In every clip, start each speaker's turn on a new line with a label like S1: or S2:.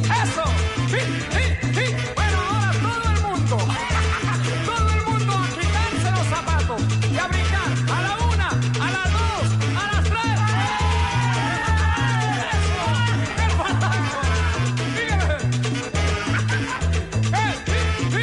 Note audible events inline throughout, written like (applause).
S1: ¡Eso! ¡Sí, sí, sí! Bueno, ahora todo el mundo. (laughs) Todo el mundo a quitarse los zapatos y a brincar a la una, a las dos, a las tres. ¡Eso! ¡Qué fantástico! ¡Sígueme! ¡Eh, sí, sí, sí!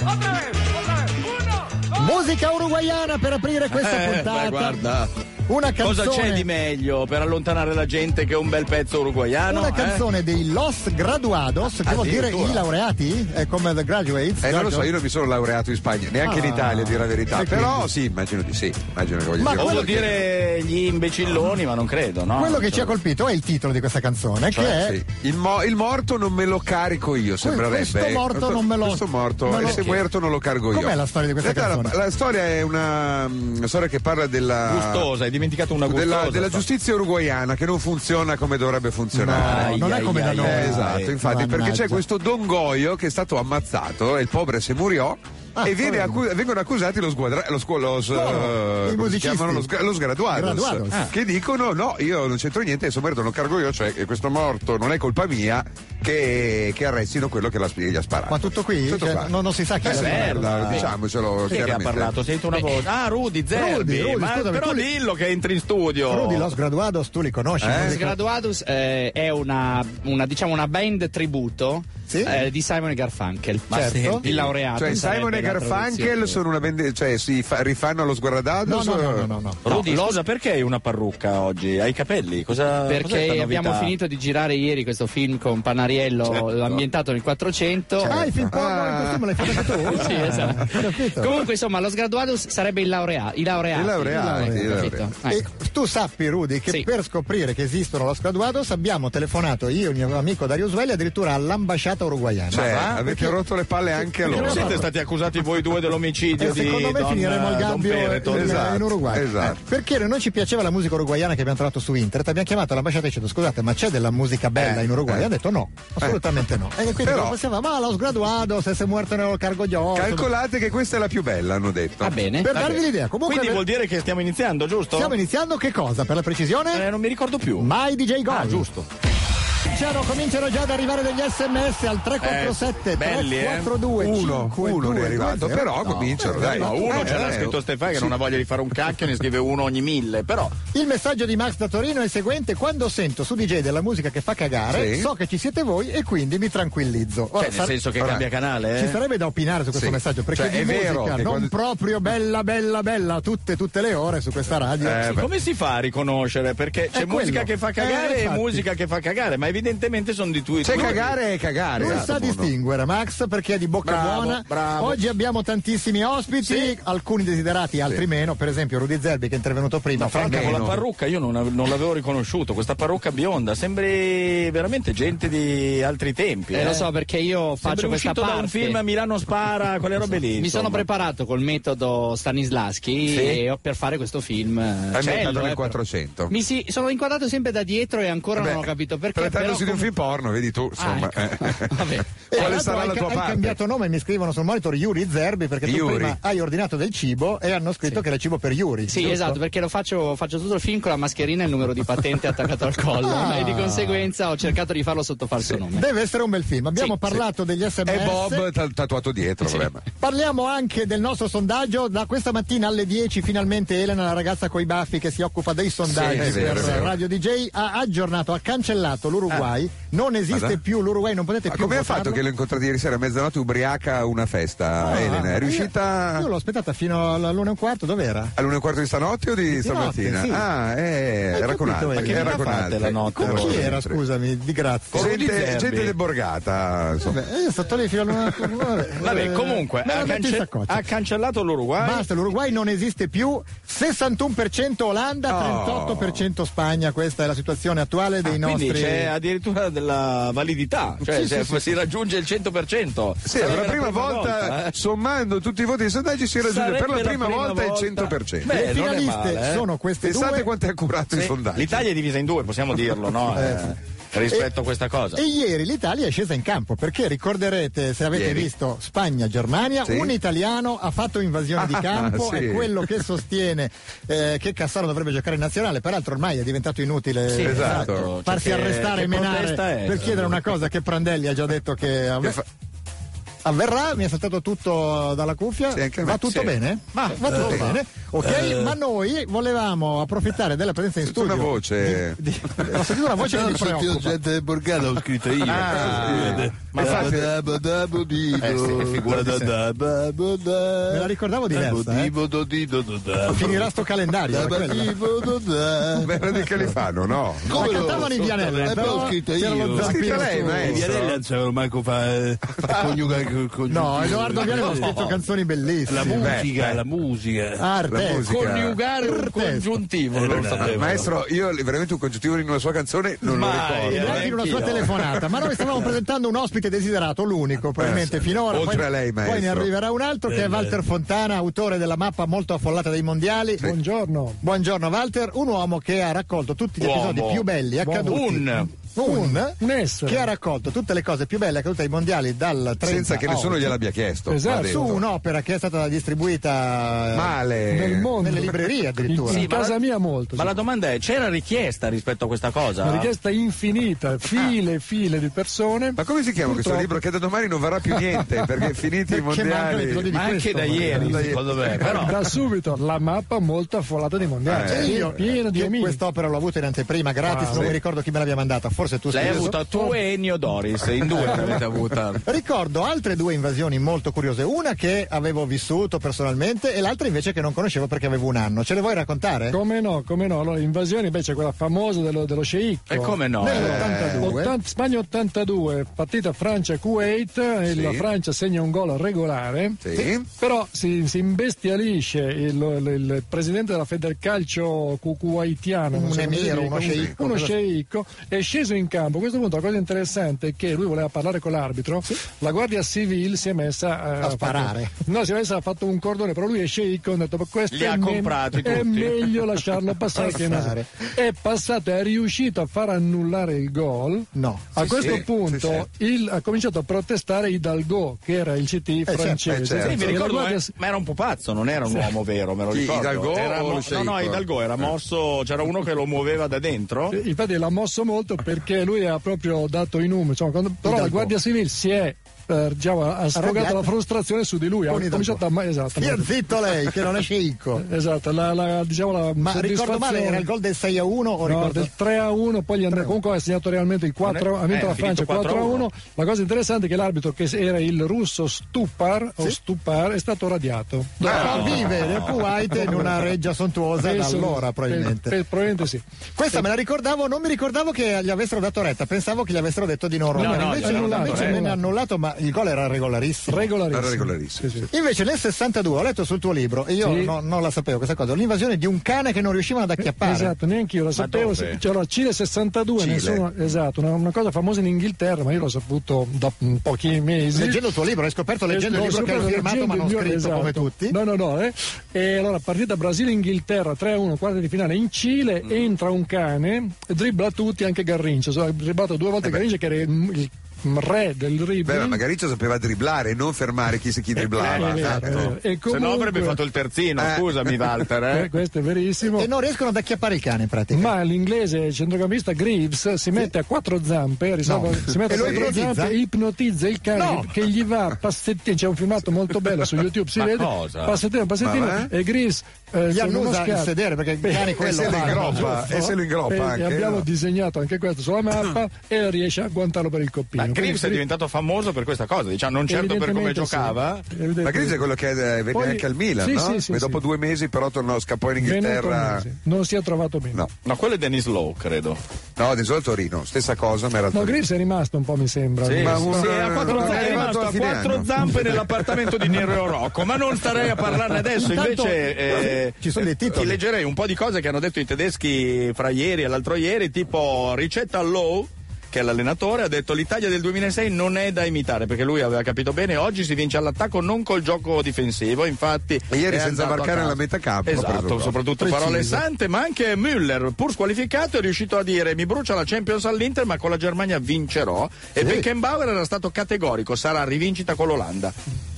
S1: ¡Otra vez, otra vez! ¡Uno, dos!
S2: Musica uruguayana per aprire questa
S3: Eh,
S2: puntata.
S3: beh, guarda.
S2: Una
S3: Cosa
S2: canzone,
S3: c'è di meglio per allontanare la gente che un bel pezzo uruguayano?
S2: una
S3: eh?
S2: canzone dei Los Graduados, che vuol dire
S3: Addirittura.
S2: i laureati, è come The Graduates.
S4: Eh, non lo so,
S2: Giorgio?
S4: io non mi sono laureato in Spagna, neanche
S2: Ah.
S4: in Italia, a dire la verità.
S2: E quindi?
S4: Però sì, immagino di sì. Immagino che voglia
S2: Ma
S4: dire
S3: O
S2: quello
S3: vuol
S4: qualcosa.
S3: dire gli imbecilloni, ma non credo, no?
S2: Quello che ci ha colpito è il titolo di questa canzone, che è
S4: Cioè, Sì. Il, mo- il morto non me lo carico io, sembrerebbe.
S2: questo
S4: eh.
S2: morto non me lo-
S4: Questo morto,
S2: me lo-
S4: e se muerto non lo cargo io.
S2: Com'è la storia di questa
S4: In realtà la-
S2: canzone?
S4: La, storia è una, mm, una storia che parla della.
S3: gustosa, hai dimenticato una gustosa.
S4: della, della giustizia uruguaiana che non funziona come dovrebbe funzionare.
S2: No, non è
S3: Ai,
S2: come
S3: ai,
S2: da
S3: ai,
S2: noi.
S3: ai,
S4: Eh, esatto, infatti, perché
S2: Mannaggia.
S4: c'è questo Don Goio che è stato ammazzato e il povero se muriò.
S2: Ah,
S4: e viene
S2: poverino.
S4: accu- vengono accusati lo squadra- lo squa- lo s-
S2: Loro, i
S4: eh, come si
S2: musicisti.
S4: chiamano? lo, sgra- lo sgraduados,
S2: Graduados. Ah.
S4: che dicono no io non c'entro niente adesso merito non cargo io cioè che questo morto non è colpa mia che, che arrestino quello che la sp- gli ha sparato
S2: Ma tutto qui?
S4: Tutto
S2: Cioè,
S4: qua.
S2: non- non si sa chi
S4: Eh,
S2: l'ha
S4: sì,
S2: sparato.
S4: guarda,
S3: Sì.
S4: diciamocelo
S3: Chi è che ha
S4: chiaramente.
S3: parlato? Sento una voce. Ah, Rudy Zerbi.
S2: Rudy,
S3: ma
S2: scusami,
S3: però
S2: tu li-
S3: dillo che entri in studio.
S2: Rudy Los Graduados, tu li conosci?
S4: Eh?
S2: non
S5: Los
S2: li con-
S5: Graduados eh, è una, una, diciamo una band tributo
S2: Sì.
S5: eh, di Simon e Garfunkel.
S2: Certo. senti,
S5: Il laureato.
S4: cioè Simon
S5: sarebbe
S4: e
S5: la
S4: Garfunkel eh,
S5: traduzione.
S4: sono una band cioè si fa- rifanno allo sguardato
S2: No, no, no, no, no, no.
S3: Rudy, Losa, perché hai una parrucca oggi? Hai i capelli? Cosa, cos'è
S5: Perché
S3: sta
S5: abbiamo
S3: novità?
S5: finito di girare ieri questo film con Panariello
S3: Certo.
S5: ambientato nel 400.
S2: Ah, il film porno
S4: Ah.
S2: in costume l'hai fatto tu?
S5: Sì,
S2: Ah,
S5: esatto.
S2: ho capito.
S5: Comunque, insomma, lo sgraduados sarebbe il laureato. I laureati.
S4: I laureati,
S5: Ecco,
S4: i laureati.
S5: capito?
S2: E
S5: Ecco.
S2: tu sappi, Rudy, che
S5: Sì.
S2: per scoprire che esistono los graduados abbiamo telefonato io e il mio amico Dario Svelli addirittura all'ambasciata uruguayana.
S4: cioè
S2: Ma va?
S4: avete
S2: Perché-
S4: rotto le palle anche a
S2: Perché
S4: loro
S3: Non siete stati accusati voi due dell'omicidio
S2: Eh,
S3: di
S2: secondo me
S3: Don-
S2: finiremo il
S3: Don
S2: gabbio
S3: Pereton?
S2: in,
S4: Esatto,
S2: in Uruguay
S4: esatto.
S2: Eh, perché non ci piaceva la musica uruguayana che abbiamo trovato su internet abbiamo chiamato l'ambasciata e dicendo scusate ma c'è della musica bella
S4: Eh,
S2: in Uruguay
S4: eh.
S2: ha detto no assolutamente no e quindi
S4: Però-
S2: non possiamo ma l'ho sgraduato se sei muerto nel cargo io
S4: Calcolate che questa è la più bella, hanno detto.
S5: Va bene.
S2: per darvi l'idea comunque
S3: Quindi vuol dire che stiamo iniziando, giusto?
S2: stiamo iniziando che cosa per la precisione
S3: Eh, non mi ricordo più.
S2: mai DJ Gol
S3: Ah, giusto.
S2: Cominciano, cominciano già ad arrivare degli sms al 347
S3: Eh, belli, eh.
S2: 342
S4: Uno, uno ne è arrivato,
S2: 52,
S4: però
S2: no.
S4: cominciano,
S2: Eh,
S4: dai.
S3: No, uno ce l'ha scritto Stefano che non ha voglia di fare un cacchio, ne scrive uno ogni mille, però
S2: Il messaggio di Max da Torino è il seguente: quando sento su DJ della musica che fa cagare,
S4: Sì.
S2: so che ci siete voi e quindi mi tranquillizzo. Ora,
S3: cioè, nel
S2: sar-
S3: senso che
S4: Ora,
S3: cambia canale, eh?
S2: Ci sarebbe da opinare su questo
S4: Sì.
S2: messaggio perché
S4: Cioè,
S2: di
S4: è vero
S2: musica
S4: che
S2: non
S4: quando-
S2: proprio bella, bella, bella tutte, tutte le ore su questa radio.
S4: Eh, beh.
S3: Come si fa a riconoscere? Perché c'è
S2: È
S3: musica
S2: quello.
S3: che fa cagare
S2: Eh,
S3: e
S2: infatti.
S3: musica che fa cagare, ma evidentemente sono di tuoi.
S4: C'è
S3: due.
S4: cagare e cagare.
S2: Lui
S4: eh,
S2: sa
S4: dopo, no?
S2: distinguere, Max, perché è di bocca
S3: Bravo,
S2: buona.
S3: bravo.
S2: Oggi abbiamo tantissimi ospiti, alcuni desiderati, altri meno. Per esempio, Rudy Zerbi che è intervenuto prima.
S3: No, Franca con la parrucca io non, av- non l'avevo riconosciuto, questa parrucca bionda, sembri veramente gente di altri tempi.
S5: Eh, lo so perché io faccio
S3: Sembri
S5: questa
S3: uscito da un
S5: parte.
S3: film Milano spara, quelle robe lì.
S5: Mi sono
S3: insomma.
S5: preparato col metodo Stanislaschi
S3: Sì.
S5: e ho- per fare questo film.
S4: È
S5: Hai
S4: ambientato
S3: eh,
S4: nel 400.
S5: Mi si- sono inquadrato sempre da dietro e ancora
S4: Vabbè,
S5: non ho capito perché. però
S4: Trattandosi di un
S5: com-
S4: film porno, vedi tu, insomma.
S5: Ah,
S2: (laughs)
S5: ecco.
S4: eh.
S5: Vabbè.
S4: (laughs)
S2: E tra
S4: Quale
S2: l'altro
S4: sarà
S2: hai
S4: la
S2: ca-
S4: tua
S2: hai
S4: parte?
S2: cambiato nome, mi scrivono sul monitor Yuri Zerbi perché tu
S4: Yuri.
S2: prima hai ordinato del cibo e hanno scritto che era cibo per Yuri.
S5: Sì,
S2: giusto?
S5: esatto, perché lo faccio, faccio tutto il film con la mascherina e il numero di patente attaccato al collo
S2: Ah.
S5: e di conseguenza ho cercato di farlo sotto falso nome.
S2: Deve essere un bel film. Abbiamo
S5: Sì,
S2: parlato degli sms.
S4: E Bob ta- tatuato dietro,
S5: Sì.
S4: vabbè.
S2: Parliamo anche del nostro sondaggio. Da questa mattina alle 10 finalmente Elena, la ragazza coi baffi che si occupa dei sondaggi
S4: Sì, è vero,
S2: per
S4: è vero.
S2: Radio DJ, ha aggiornato, ha cancellato l'Uruguay. Non esiste
S4: Guarda.
S2: più l'Uruguay, non potete
S4: Ah. Ma
S2: più
S4: come ha
S2: votarlo.
S4: fatto che l'ho incontrato ieri sera a mezzanotte ubriaca a una festa,
S2: Ah,
S4: Elena? Eh, È
S2: io-
S4: riuscita
S2: Eh, Io, l'ho aspettata fino all'una e un quarto, dov'era?
S4: all'una e un quarto di stanotte o di
S2: Di notte,
S4: stamattina?
S2: sì.
S4: Ah, eh, era con
S2: capito,
S4: altri.
S2: Ma che
S4: era
S3: vita
S4: con
S3: fate
S4: altri.
S3: la notte?
S2: Con chi
S4: Sempre.
S2: era, scusami, di grazia?
S3: Con Rudy
S4: Gente,
S3: Zerbi.
S4: gente deborgata, insomma.
S2: Vabbè, io sto lì fino all'una.
S4: (laughs)
S3: Vabbè, comunque
S2: Me la
S3: ha,
S2: metto in
S3: cance-
S2: saccoccia.
S3: ha cancellato l'Uruguay.
S2: Basta, l'Uruguay non esiste più. 61% Olanda,
S4: Oh.
S2: 38% Spagna. Questa è la situazione attuale dei nostri.
S3: Ah, Quindi c'è addirittura della validità, cioè
S2: Sì,
S3: se-
S2: sì, sì.
S3: si raggiunge il 100%.
S4: Sì, per la prima, volta,
S3: eh.
S4: sommando tutti i voti dei sondaggi, si raggiunge
S3: Sarebbe
S4: per la prima, volta, il 100%.
S3: Beh,
S2: Le
S3: non è
S2: finaliste
S3: male, eh.
S2: sono queste
S4: Pensate
S2: due.
S4: quanto è accurato il
S3: Sì,
S4: sondaggio. (laughs)
S3: L'Italia è divisa in due, possiamo dirlo, no? Eh, rispetto a questa cosa.
S2: E ieri l'Italia è scesa in campo perché ricorderete, se avete
S4: Ieri.
S2: visto Spagna-Germania,
S4: Sì.
S2: un italiano ha fatto invasione di
S4: Ah,
S2: campo,
S4: sì.
S2: è quello che sostiene eh, che Cassaro dovrebbe giocare in nazionale, peraltro ormai è diventato inutile
S3: Sì,
S2: eh,
S4: esatto.
S2: farsi
S3: Cioè, che-
S2: arrestare e
S3: che
S2: menare
S3: protesta è?
S2: per chiedere una cosa che Prandelli ha già detto che
S4: Che
S2: avve-
S4: fa-
S2: avverrà, mi è saltato tutto dalla cuffia,
S4: Sì, anche a me.
S2: va tutto
S4: Sì.
S2: bene? Ma, va tutto
S4: Eh.
S2: bene, ok, ma noi volevamo approfittare della presenza in
S4: Sento
S2: studio.
S4: una voce.
S2: di- di- ho sentito una voce che
S6: No,
S2: mi
S6: ho sentito
S2: preoccupa. Ah,
S6: gente del borgata, ho scritto io.
S3: ma
S6: Ma
S3: infatti-
S2: Eh, Me la ricordavo diversa, eh. Finirà sto calendario. era quella.
S4: Beh, era di Califano, no?
S2: La cantavano i Vianella,
S6: Eh,
S2: però
S6: poi ho scritto
S2: c'era
S6: io.
S2: lo
S6: L'ha
S2: zampino
S4: scritta lei,
S2: su- Ah.
S4: ma è-
S6: I Vianelli non sapevano manco
S7: eh,
S6: fare coniugare con congiuntivo.
S2: No, Edoardo Vianella ha scritto canzoni
S6: La
S2: bellissime.
S6: musica,
S4: beh.
S6: la musica.
S2: Arte.
S4: La musica.
S3: Coniugare un
S2: Protesta.
S3: congiuntivo.
S6: Eh,
S3: non
S6: no,
S3: lo sapevo.
S6: eh,
S4: Maestro, io li- veramente un congiuntivo in una sua canzone non
S3: Mai,
S4: lo
S2: E
S4: ricordo.
S2: neanche
S4: eh.
S2: in una sua
S3: anch'io.
S2: telefonata, ma noi
S4: (laughs)
S2: stavamo presentando un ospite desiderato, l'unico probabilmente
S4: Eh, sì.
S2: finora.
S4: Oltre
S2: poi,
S4: a lei,
S2: poi ne
S4: maestro. Eh,
S2: arriverà un altro che è Walter Fontana, autore della mappa molto affollata dei mondiali.
S8: Buongiorno.
S2: Buongiorno Walter, un uomo che ha raccolto tutti gli
S3: Uomo.
S2: episodi più belli accaduti.
S3: Un.
S2: Un.
S8: Un essere.
S2: che ha raccolto tutte le cose più belle accadute ai mondiali dal 30
S4: Senza che
S2: a
S4: nessuno
S2: oggi.
S4: gliel'abbia chiesto.
S8: Esatto.
S4: va detto.
S2: su un'opera che è stata distribuita
S4: Male.
S8: Nel mondo.
S2: nelle librerie addirittura.
S8: In,
S3: Sì,
S8: in
S3: ma la-
S8: casa mia molto.
S3: Ma
S8: sì.
S3: la domanda è, c'era richiesta rispetto a questa cosa?
S4: Esatto.
S8: Una richiesta infinita, file e file di persone.
S4: Ma come si chiama questo libro? Che da domani non varrà più niente
S8: (laughs)
S4: perché finiti
S2: Perché
S4: i
S2: mancano i episodi di
S4: mondiali.
S3: Ma anche
S2: questo,
S3: da
S2: ma-
S3: ieri,
S4: da ieri.
S3: secondo me. Però,
S8: Da subito la mappa molto affollata di mondiali.
S4: Eh,
S8: Cioè,
S2: Io,
S8: pieno di Ah,
S2: io
S8: amici.
S2: quest'opera l'ho avuta in anteprima gratis, non mi ricordo chi me l'abbia mandata, forse tu
S3: l'hai
S2: stesso.
S3: avuta tu e Ennio Doris, in due l'avete avuta.
S4: Eh,
S2: Ricordo altre due invasioni molto curiose, una che avevo vissuto personalmente e l'altra invece che non conoscevo perché avevo un anno. Ce le vuoi raccontare?
S8: Come no, come no. Allora, invasione invece quella famosa dello, dello sceicco.
S3: E come no? Eh.
S2: Nell'82
S8: 80 Spagna 82, partita Francia-Kuwait, e
S4: Sì.
S8: la Francia segna un gol regolare, eh,
S4: Sì.
S8: però si, si imbestialisce il, il- il presidente della Federcalcio cu- kuwaitiano, non
S2: Un
S8: so come si
S2: emiro,
S8: dica,
S2: uno
S8: un-
S2: sceicco,
S8: uno
S2: cosa-
S8: sceicco, è sceso in campo. A questo punto la cosa interessante è che lui voleva parlare con l'arbitro, la guardia civile si è messa eh, ha
S2: sparare.
S8: fatto- no, si è messa, ha fatto un cordone, però lui è sceicco, ha detto, "Ma questo
S3: Li
S8: è,
S3: ha
S8: me-
S3: comprati
S8: è
S3: tutti."
S8: meglio lasciarlo passare che no.
S2: Passare.
S8: È passato, è riuscito a far annullare il gol.
S2: No.
S8: A
S4: Sì,
S8: questo
S4: sì,
S8: punto il- ha cominciato a protestare Hidalgo, che era il CT
S2: certo,
S8: francese.
S4: eh, certo.
S3: Sì, mi
S8: E la
S3: ricordo,
S8: guardia-
S3: eh, ma era un pupazzo, non era un uomo vero, me lo
S4: Chi,
S3: ricordo.
S4: Hidalgo
S3: era
S4: o
S3: mo- no,
S4: Sheik?
S3: no, Hidalgo era mosso, c'era uno che lo muoveva da dentro.
S8: eh, Infatti l'ha mosso molto perché lui ha proprio dato i numeri. insomma, quando- però la
S2: Hidalgo.
S8: Guardia Civile si è eh, diciamo, ha sfogata
S2: Arrabbiata.
S8: la frustrazione su di lui. Ha
S2: Con Hidalgo.
S8: cominciato a ma- esatto,
S2: Stia zitto lei che non è sceicco.
S8: (laughs) esatto, la, la- diciamo la
S2: Ma ricordo male
S8: soddisfazione-
S2: era il gol del 6 a 1 o
S8: No,
S2: ricordo
S8: del 3 a 1, poi gli andrà, comunque ha segnato realmente il 4
S3: Non è-
S8: ha vinto
S3: eh,
S8: la
S3: ha finito
S8: Francia 4 a 1.
S3: 4-1.
S8: La cosa interessante è che l'arbitro, che era il russo Stupar, o Stupar, è stato radiato.
S3: Ah.
S2: Ma vive nel Kuwait in una reggia sontuosa da
S8: Penso-
S2: allora
S8: pe-
S2: probabilmente.
S8: pe- probabilmente sì.
S2: Questa me la ricordavo, non mi ricordavo che gli avessero dato retta, pensavo che gli avessero detto di non rompere.
S3: no, gli
S2: invece
S3: hanno
S2: nulla,
S3: dato
S2: invece
S8: retta.
S2: venne annullato, ma il gol era regolarissimo.
S8: Regolarissimo.
S4: Era regolarissimo,
S8: Sì, sì.
S2: Invece nel 62 ho letto sul tuo libro e io
S8: Sì.
S2: no- non la sapevo questa cosa, l'invasione di un cane che non riuscivano ad acchiappare.
S8: Esatto, neanche io lo sapevo.
S3: dove?
S8: C'era Cile 62,
S4: Cile.
S8: nessuno- esatto, una, una cosa famosa in Inghilterra, ma io l'ho saputo da mm, pochi mesi.
S2: Leggendo il tuo libro, hai scoperto leggendo il
S8: Ho
S2: libro che
S8: scoperto
S2: hai firmato
S8: leggendo
S2: ma
S8: il
S2: non
S8: mio-
S2: scritto
S8: esatto.
S2: come tutti.
S8: No, no, no. eh. E allora partita Brasile-Inghilterra 3-1, quarta di finale in Cile,
S2: Mm.
S8: entra un cane, dribbla tutti, anche Garrincha. So, ha dribblato due
S2: Eh
S8: volte Garrincha che era il, il re del
S4: Beh, ma
S8: dribbling.
S4: Gariccio sapeva dribblare e non fermare chi, chi dribblava.
S8: eh,
S4: esatto.
S8: esatto. E
S3: Se no
S8: comunque-
S3: avrebbe fatto il terzino,
S4: Eh.
S3: scusami Walter. eh.
S8: (laughs) Eh, questo è verissimo.
S2: E non riescono ad acchiappare il cane in pratica.
S8: Ma l'inglese centrocampista Greaves si mette a quattro zampe, eh, risolve-
S2: No.
S8: si mette
S2: E
S8: a
S2: lo
S8: quattro
S2: ipnotizza?
S8: zampe, ipnotizza il cane
S2: No.
S8: che gli va a passettino. C'è un filmato molto bello su YouTube, si
S3: Ma
S8: vede
S3: cosa?
S8: passettino, passettino
S4: Ma va?
S8: e Greaves eh,
S2: Gli
S8: con uno
S2: annusa il
S8: schiaffo.
S2: sedere perché il cane
S4: E
S2: quello
S4: se lo
S2: fa.
S4: ingroppa,
S2: giusto?
S4: e se lo
S8: E- e
S4: ingroppa anche. Ah.
S8: abbiamo
S4: no?
S8: disegnato anche questo sulla mappa e riesce a agguantarlo per il
S3: Ma
S8: coppino.
S3: Grips è
S8: Quindi,
S3: diventato famoso per questa cosa, diciamo, non certo per come
S8: evidentemente sì.
S3: giocava.
S8: Evidentemente.
S4: Ma Grizz è quello che eh, venne
S8: Poi-
S4: anche al Milan,
S8: sì,
S4: no?
S8: sì, sì,
S4: E dopo
S8: sì.
S4: due mesi però tornò, scappò in
S8: Venuto
S4: Inghilterra.
S8: al mese. Non si è trovato bene.
S4: No.
S3: No, quello è Dennis Lowe, credo.
S4: No, di solito Torino, stessa cosa, ma era
S8: No,
S4: Torino.
S8: Greaves è rimasto un po', mi sembra.
S3: Sì,
S4: eh, Ma
S3: sì,
S4: un-
S3: sì, a quattro
S4: non è
S3: zampe, è
S4: arrivato
S3: rimasto
S4: a
S3: a
S4: fine
S3: quattro
S4: anno.
S3: zampe nell'appartamento di Nero Rocco, ma non starei a parlarne adesso,
S2: Intanto-
S3: invece eh,
S2: Ci sono dei titoli.
S3: ti leggerei un po' di cose che hanno detto i tedeschi fra ieri e l'altro ieri, tipo ricetta Lowe che è l'allenatore, ha detto l'Italia del 2006 non è da imitare perché lui aveva capito bene, oggi si vince all'ittacco non col gioco difensivo, infatti...
S4: E ieri
S3: è
S4: senza
S3: andato a
S4: marcare
S3: casa.
S4: la metà campo, ha preso il
S3: Esatto,
S4: gol.
S3: soprattutto
S2: Preciso.
S3: parole sante, ma anche Müller, pur squalificato, è riuscito a dire mi brucia la Champions all'Inter ma con la Germania vincerò e Beckenbauer era stato categorico, sarà rivincita con l'Olanda.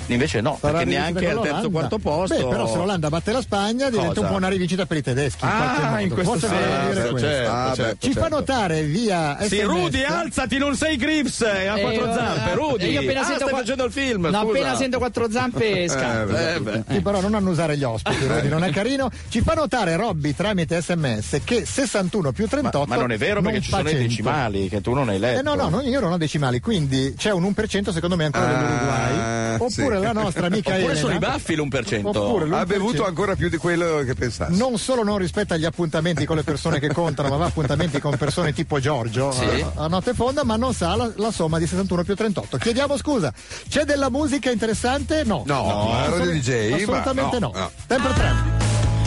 S3: Invece no,
S2: Sarà
S3: perché neanche
S2: rivincita
S3: al
S2: con
S3: terzo
S2: l'Olanda.
S3: quarto posto...
S2: Beh, però se l'Olanda batte la Spagna diventa
S3: Cosa?
S2: un po' una rivincita per i tedeschi. in qualche
S3: Ah,
S2: modo.
S3: in questo
S2: Forse voleva dire
S3: senso,
S2: questo.
S3: certo,
S4: Ah, beh,
S3: certo,
S2: Ci
S3: certo.
S2: fa notare via.
S3: Sì,
S2: SMS.
S3: Rudy, alzati, non sei Grips, è a
S5: Eh,
S3: quattro
S5: eh,
S3: zampe, Rudy.
S5: eh, Io appena
S3: ah,
S5: sento
S3: stai
S5: qua-
S3: facendo il film,
S5: No,
S3: scusa.
S5: appena sento quattro zampe
S4: Eh,
S5: scappo.
S4: beh.
S3: Eh, beh. Eh.
S2: Sì, però non annusare gli ospiti, Rudy, non è carino. Ci fa notare Robby tramite sms che 61 più 38.
S3: Ma, ma non è vero perché ci
S2: fa
S3: sono i
S2: 100.
S3: decimali che tu non hai letto.
S2: Eh no, no, no, io non ho decimali, quindi c'è un 1% secondo me ancora
S4: Ah,
S2: dell'Uruguay. Oppure
S4: sì.
S2: la nostra amica
S3: Oppure
S2: Elena,
S3: sono i baffi l'1%.
S2: Oppure l'1%.
S4: Ha bevuto ancora più di quello che pensassi.
S2: non solo non rispetta gli appuntamenti con le persone che contano, ma va a appuntamenti con persone tipo Giorgio eh, a, notte fonda, ma non sa la, la somma di 61 più 38. Chiediamo scusa, c'è della musica interessante? No.
S4: No, eh, era
S2: assolut-
S4: di DJ, ma
S2: Assolutamente
S4: no,
S2: no.
S4: no.
S2: Sempre tre.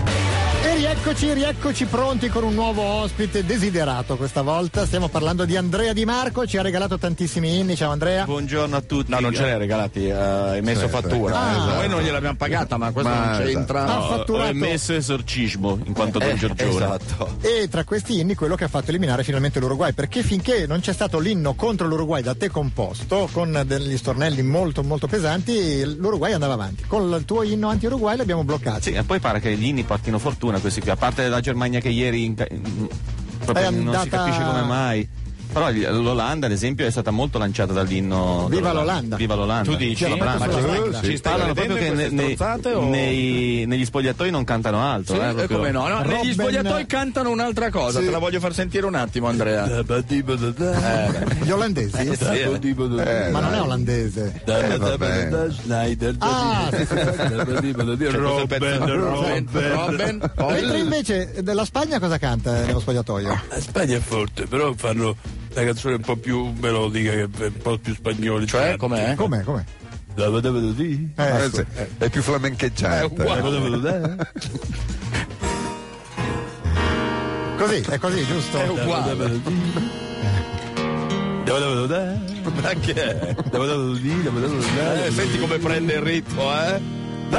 S2: E rieccoci, rieccoci pronti con un nuovo ospite desiderato questa volta. Stiamo parlando di Andrea Di Marco, ci ha regalato tantissimi inni. Ciao Andrea.
S9: Buongiorno a tutti.
S3: No, non ce l'hai regalati, eh, hai messo fattura.
S2: Ah,
S3: Esatto. Noi
S2: esatto.
S3: non gliel'abbiamo pagata, ma questo
S4: Ma
S3: non c'entra.
S2: esatto.
S9: No,
S2: Ha fatturato- Eh,
S9: Ho emesso esorcismo in quanto Don Giorgione.
S3: Esatto.
S2: E tra questi inni quello che ha fatto eliminare finalmente l'Uruguay, perché finché non c'è stato l'inno contro l'Uruguay da te composto, con degli stornelli molto molto pesanti, l'Uruguay andava avanti. Con il tuo inno anti-Uruguay l'abbiamo bloccato.
S9: Ah, Sì, e poi pare che gli inni portino fortuna questi qui, a parte la Germania che ieri in- in- proprio
S2: È
S9: non
S2: andata-
S9: si capisce come mai. Però gli- l'Olanda, ad esempio, è stata molto lanciata dall'inno.
S2: Viva
S9: dell'Olanda.
S2: l'Olanda. Cioè,
S9: Viva l'Olanda.
S3: Tu dici?
S9: Bravo.
S2: Ma
S9: Ma
S2: ci-
S9: ci-
S3: ci
S9: ci
S3: stai credendo
S9: parlano proprio che
S3: in queste
S9: nei-
S3: strozzate o-
S9: nei- negli spogliatoi non cantano altro.
S3: Sì,
S9: eh,
S3: eh,
S9: proprio.
S3: come no? no negli
S2: Robben-
S3: spogliatoi cantano un'altra cosa, te la voglio far sentire un attimo, Andrea. Eh,
S2: Gli olandesi?
S4: Eh,
S2: Ma non
S4: dai.
S2: è olandese.
S4: Eh, vabbè.
S7: Schneider
S2: Ah, sì, Cioè, sì,
S3: Questo pezzo- Robben, Robben, poi-
S2: Mentre invece eh, della Spagna cosa canta eh, nello spogliatoio?
S7: La Spagna è forte, però fanno la canzone un po' più melodica, che è un po' più spagnola. diciamo.
S3: Cioè, com'è?
S2: Come? Come?
S7: È
S2: Eh,
S4: Eh, sì, È più flamencheggiante.
S2: Così, è così, giusto?
S3: uguale. Ma che è? Eh, senti come prende il ritmo, eh?
S2: Eh,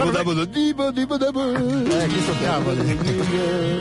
S2: chi soppiamo?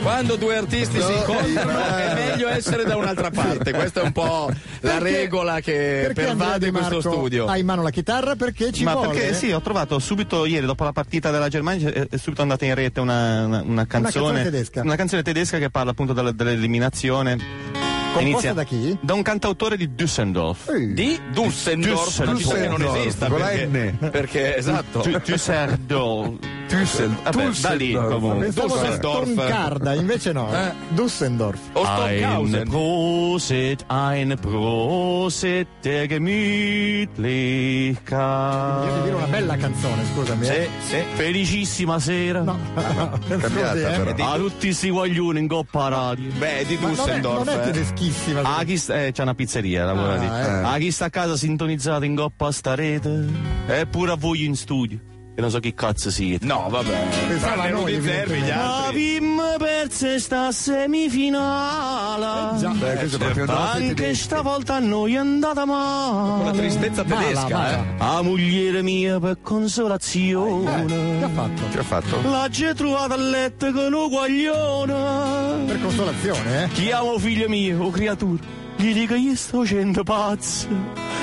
S3: Quando due artisti si incontrano è meglio essere da un'altra parte. Questa è un po' la
S2: Perché-
S3: regola che
S2: Perché Andrea
S3: pervade
S2: Di
S3: questo
S2: Marco
S3: studio.
S2: Ha in mano la chitarra perché ci
S9: Ma
S2: vuole.
S9: perché sì, ho trovato subito ieri dopo la partita della Germania eh, è è subito andata in rete una, una- una canzone,
S2: canzone tedesca.
S9: una canzone tedesca che parla appunto della- dell'eliminazione.
S2: Composta da chi? Eh,
S9: Da un cantautore di Düsseldorf.
S2: Ehi.
S3: Di Dusseldorf, non ci sa che non
S4: Düsseldorf,
S3: esista
S4: con la
S3: perché,
S4: N.
S3: perché esatto.
S9: Dü- Düsseldorf. Vabbè, da lì
S4: Düsseldorf.
S9: comunque.
S2: Pensavo fosse Stoncarda, invece no.
S3: Eh.
S2: Düsseldorf.
S3: O
S9: Ein
S3: Stockhausen.
S9: Prosit, ein Prosit der
S2: Io ti
S9: Gemütlichkeit.
S2: dire una bella canzone, scusami. eh.
S3: Sì, sì.
S9: Felicissima sera.
S2: No, (laughs)
S4: Cambiata,
S2: Scusi, eh.
S4: però.
S9: A tutti si guaglioni in coppa radio.
S3: Beh, è di
S2: Ma non è, non
S3: Dusseldorf.
S2: è
S3: eh.
S2: tedeschissima.
S9: Ah, chi sta- eh, c'è una pizzeria, lavora
S2: Ah,
S9: lì.
S2: ecco.
S9: Ah, chi sta a casa sintonizzato in coppa a sta rete? E pure a voi in studio. Che non so chi cazzo siete.
S3: No, vabbè.
S2: Pensava
S3: Tranne
S2: a noi,
S3: Rudy Zerbi, gli
S2: evidentemente.
S9: La
S3: altri.
S9: Pim perse sta semifinale.
S2: Già.
S4: Beh, questo è proprio un
S9: Anche stavolta a noi è andata
S3: Con la
S9: male.
S3: tristezza
S2: Mala,
S3: tedesca, eh.
S2: mala.
S9: A mugliere mia per
S2: Eh, che ha
S9: consolazione.
S2: fatto?
S4: Che ha fatto?
S9: L'ha già trovata a letto con un guaglione.
S2: Per consolazione, eh?
S9: Chiamo figlio mio, o creatura, gli dico io sto scendo pazzo.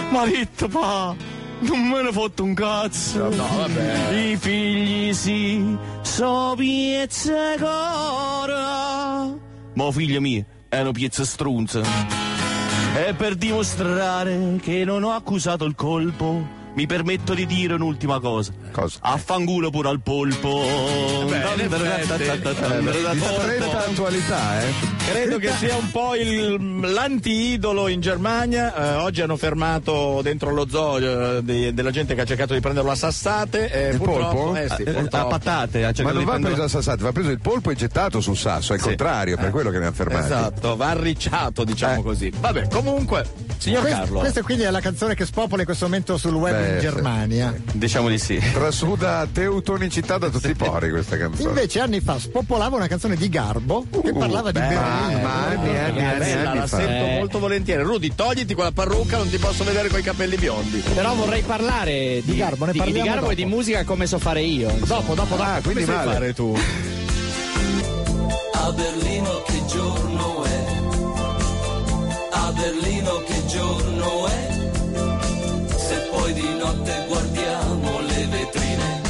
S9: Ma detto pa, non me ne fotto un cazzo.
S3: No, vabbè.
S9: I figli si so piezze cora. Ma figlio mio, è una piezza strunza. E per dimostrare che non ho accusato il colpo, mi permetto di dire un'ultima cosa.
S4: Cosa?
S9: Affangulo pure al polpo.
S3: Eh Beh, in effetti.
S2: Eh,
S4: Di stretta attualità, eh?
S3: Credo che sia un po' il, l'anti-idolo in Germania. Eh, oggi hanno fermato dentro lo zoo eh, de- della gente che ha cercato di prenderlo a sassate. eh,
S4: Il
S3: purtroppo-
S4: polpo?
S3: eh sì,
S9: a
S3: purtroppo.
S9: patate, a
S4: Ma
S9: cercare
S4: non
S9: di
S4: va
S9: prendere-
S4: preso a sassato, va preso il polpo e gettato sul Eh. sasso, è il contrario, per quello che ne ha fermati.
S3: Esatto, va Esatto, arricciato, diciamo
S4: Eh.
S3: così. Vabbè, comunque,
S5: Signor
S2: Quest-
S5: Carlo,
S2: Questa quindi è la canzone che spopola in questo momento sul web
S4: Beh,
S2: in
S4: sì.
S2: Germania.
S5: diciamo di sì.
S4: Trasuda teutonicità da tutti i pori questa canzone.
S2: Invece anni fa spopolava una canzone di Garbo che parlava di Berlino.
S4: ma anni,
S2: eh,
S4: anni,
S3: eh, È
S4: anni,
S3: bella,
S4: anni
S3: la
S4: fa.
S3: sento
S5: Eh.
S3: molto volentieri. Rudy, togliti quella parrucca, non ti posso vedere coi capelli biondi.
S5: Però vorrei parlare di,
S2: Di Garbo, ne
S5: di- di
S2: parliamo
S5: Garbo e di
S2: dopo.
S5: musica come so fare io.
S2: Dopo, dopo, dopo.
S4: Ah, quindi
S3: Come sai
S4: male.
S3: fare tu?
S10: A Berlino che giorno è? A Berlino che giorno è? Se poi di notte guardiamo le vetrine.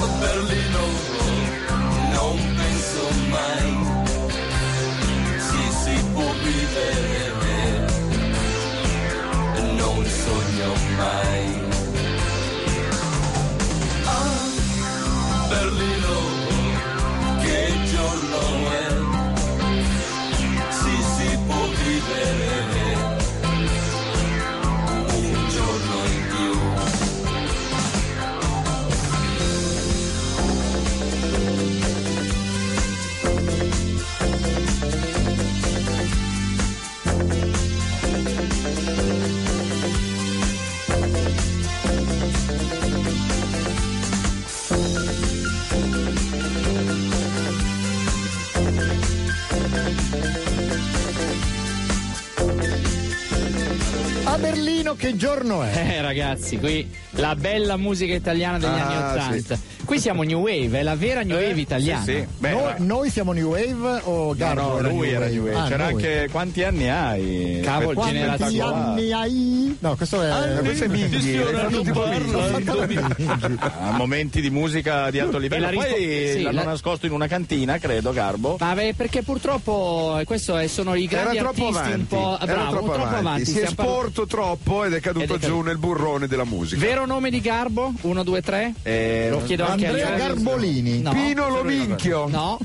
S10: A Berlino non penso mai si si può vivere. Non sogno mai. A Berlino che giorno è, si si può vivere un giorno in più.
S2: A Berlino che giorno è?
S5: Eh ragazzi, qui la bella musica italiana degli
S4: Ah,
S5: anni Ottanta. Qui siamo New Wave, è la vera New Wave italiana.
S3: Sì, sì. Beh,
S2: No-
S3: era-
S2: noi siamo New Wave o
S3: no,
S2: Garbo?
S3: no,
S2: era
S3: lui era New Wave.
S2: Ah,
S3: C'era
S2: noi.
S3: anche quanti anni hai?
S5: Cavolo,
S3: Quanti
S2: Quanti
S5: generazione.
S2: anni hai? No, questo è. questo è Bigli.
S6: Signora, non parla.
S3: Ah, momenti di musica di alto livello.
S5: la rispo-
S3: Poi
S5: sì,
S3: l'hanno
S5: la-
S3: nascosto in una cantina, credo, Garbo.
S5: Ma beh, perché purtroppo eh, questo è- sono i
S4: Era
S5: grandi
S4: troppo
S5: artisti un
S4: avanti,
S5: po' ah,
S4: era
S5: bravo,
S4: troppo avanti. si è
S5: stiamo par-
S4: sporto troppo ed è
S5: Ed
S4: caduto
S5: è
S4: giù
S5: caduto.
S4: nel burrone della musica.
S5: Vero nome di Garbo? 1 2 3.
S3: Eh,
S5: Lo chiedo anche a
S2: Andrea
S5: Gianni.
S2: Garbolini.
S5: No.
S4: Pino
S2: (laughs)
S4: Lominchio,
S5: No.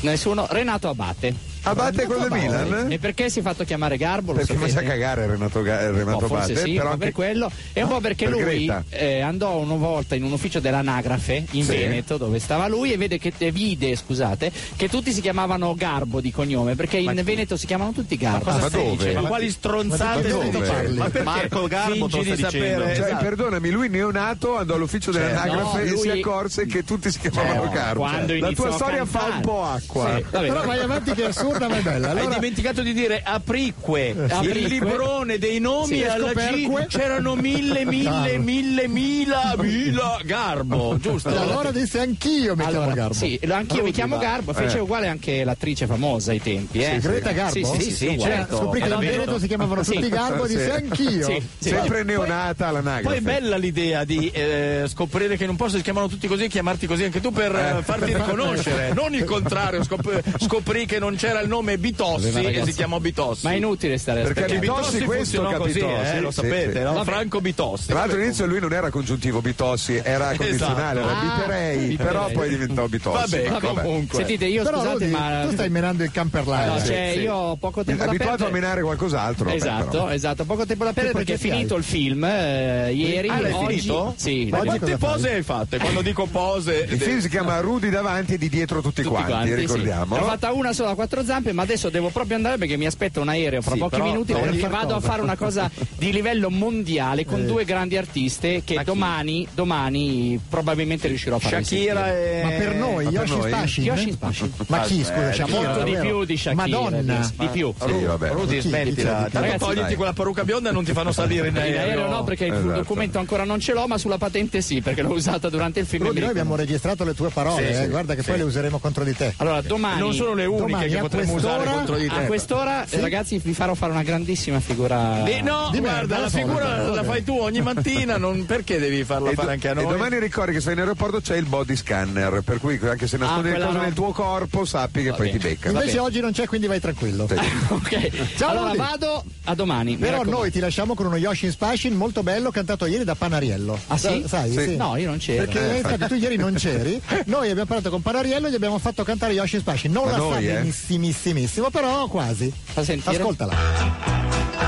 S5: Nessuno, Renato Abate.
S4: Abate con il Milan?
S5: E perché si è fatto chiamare Garbo? Lo
S4: Perché
S5: sapete?
S4: faccia cagare Renato, Ga-
S5: Un
S4: Renato
S5: po' forse
S4: Abate,
S5: sì,
S4: però
S5: ma per
S4: anche
S5: quello e un po' perché
S4: per
S5: lui
S4: Greta.
S5: eh, andò una volta in un ufficio dell'anagrafe in
S4: Sì.
S5: Veneto dove stava lui e vede che, eh, vide scusate che tutti si chiamavano Garbo di cognome perché in Veneto si chiamano tutti Garbo
S4: cosa Ma stai dove? dicendo?
S3: Ma quali stronzate
S4: Ma dove?
S3: stai dicendo? Ma perché?
S7: Marco Garbo te lo sta
S3: Fingi di sapere.
S7: dicendo.
S4: Cioè,
S3: Esatto.
S4: perdonami, lui neonato andò all'ufficio dell'anagrafe
S5: no,
S4: e si
S5: lui-
S4: accorse che tutti si chiamavano Carlo.
S5: quando
S4: La
S5: iniziò
S4: tua
S5: a
S4: storia fa
S5: cantare.
S4: un po' acqua.
S5: Sì, vabbè.
S2: Però vai avanti che è assurda ma è bella.
S7: Hai
S2: Allora, eh,
S7: dimenticato di dire Aprique, il
S3: Eh,
S5: Aprique.
S7: librone dei nomi
S5: Sì,
S7: alla
S2: scoperque.
S7: G
S5: (laughs)
S7: c'erano mille, mille, mille, mila, mila Garbo, giusto?
S2: e allora disse anch'io mi chiamo
S5: Allora,
S2: Garbo.
S5: Oh, sì, lo- anch'io mi chiamo Garbo, fece uguale anche l'attrice famosa ai tempi, eh.
S2: Greta Garbo?
S5: Sì, sì, sì,
S7: Sì,
S5: uguale.
S7: certo.
S2: Scoprì che
S5: Era
S2: in Veneto
S5: vero.
S2: si chiamavano
S5: Sì.
S2: tutti Garbo e
S4: Sì.
S2: disse anch'io.
S5: Sì, sì.
S4: Sempre neonata
S2: Ah,
S4: all'anagrafe.
S7: Poi è bella l'idea di eh, scoprire che in un posto si chiamano tutti così e chiamarti così anche tu per
S2: (laughs)
S7: eh, farti riconoscere, non il contrario, scop- scoprì che non c'era il nome Bitossi e si chiamò Bitossi.
S5: Ma è inutile stare a
S4: Perché
S5: aspettare.
S3: Cioè,
S4: Bitossi questo
S7: funzionò così,
S4: capitò.
S7: eh,
S4: sì,
S7: lo
S4: sì,
S7: sapete,
S4: sì.
S7: no? Franco Bitossi.
S4: Tra l'altro all'inizio lui non era congiuntivo Bitossi, era condizionale, era
S5: Ah,
S4: Biterei,
S5: Biterei.
S4: però poi diventò Bitossi.
S7: Vabbè,
S4: Ma
S7: comunque.
S5: Sentite, io
S2: Però
S5: scusate,
S2: Rudy,
S5: ma
S2: tu stai menando il camperline.
S5: No,
S2: Sì.
S5: cioè, io ho poco tempo da
S4: Abituato
S5: perdere.
S4: a menare qualcos'altro. vabbè,
S5: Esatto,
S4: però.
S5: esatto, poco tempo da perdere
S2: Che
S5: perché è
S2: progetti
S5: finito
S2: hai?
S5: il film eh, ieri.
S3: Ah, l'hai
S5: oggi-
S3: finito?
S5: Sì,
S3: Ma
S2: Oggi
S3: quante
S2: cosa fai?
S3: pose hai fatte? Quando dico pose...
S4: Il film si chiama Rudy davanti e di dietro tutti,
S5: tutti
S4: quanti,
S5: quanti, sì.
S3: Boh.
S4: ricordiamo.
S5: Ho fatta una sola a quattro zampe, ma adesso devo proprio andare perché mi aspetta un aereo fra
S3: Sì,
S5: pochi
S3: però
S5: minuti
S3: togli-
S5: perché vado a fare una cosa di livello mondiale
S3: Eh.
S5: con due grandi artiste che domani, domani probabilmente riuscirò a fare.
S3: Shakira e...
S2: Ma per noi,
S4: per
S2: Yoshi
S4: noi?
S2: Spashin?
S5: Yoshi Spashin.
S2: Ma chi,
S3: Aspetta,
S2: scusa, Shakira,
S5: molto di
S2: davvero?
S5: più di Shakira.
S2: Madonna.
S5: Di più.
S4: Sì, vabbè.
S3: Rudy,
S2: Chi?
S3: smettila.
S2: Chi?
S3: Tanto
S5: Ragazzi,
S3: togliti
S4: dai.
S3: quella parrucca bionda e non ti fanno salire in
S5: In aereo no, perché il
S4: Esatto.
S5: documento ancora non ce l'ho, ma sulla patente sì, perché l'ho usata durante il film. e
S2: Rudy,
S5: mi
S2: noi abbiamo registrato le tue parole,
S4: Sì,
S2: eh,
S4: sì,
S2: guarda che
S4: sì.
S2: poi le useremo contro di te.
S5: Allora, Eh, domani
S3: Non sono le uniche
S2: Domani,
S3: che
S2: a
S3: potremmo usare
S2: quest'ora-
S3: contro di te.
S5: a quest'ora, eh, ragazzi, vi farò fare una grandissima figura.
S3: Eh, no,
S2: Di merda,
S3: guarda,
S2: la
S3: la
S2: solita,
S3: figura
S2: vabbè.
S3: la fai tu ogni mattina, non- perché devi farla
S4: E, do-
S3: fare anche a
S4: e
S3: noi?
S4: domani ricordi che sei in aeroporto c'è il body scanner, per cui anche se nascondi le
S5: quella
S4: cose
S5: no.
S4: nel tuo corpo sappi che poi
S5: bene.
S4: ti beccano.
S2: Invece oggi non c'è, quindi vai tranquillo.
S5: ok.
S2: Ciao,
S5: allora
S2: Rudy.
S5: vado a domani. mi
S2: Però
S5: raccomando.
S2: noi ti lasciamo con uno Yoshi in Spashin molto bello cantato ieri da Panariello.
S5: Ah, sì?
S2: Sa- Sai,
S4: Sì.
S2: sì.
S5: No, io non c'ero.
S2: Perché infatti, tu ieri non c'eri, noi abbiamo parlato con Panariello e gli abbiamo fatto cantare Yoshi in Spashin. Non
S4: Ma
S2: la
S4: noi,
S2: sa
S4: eh?
S2: benissimissimo, però quasi.
S5: Fa sentire.
S2: Ascoltala.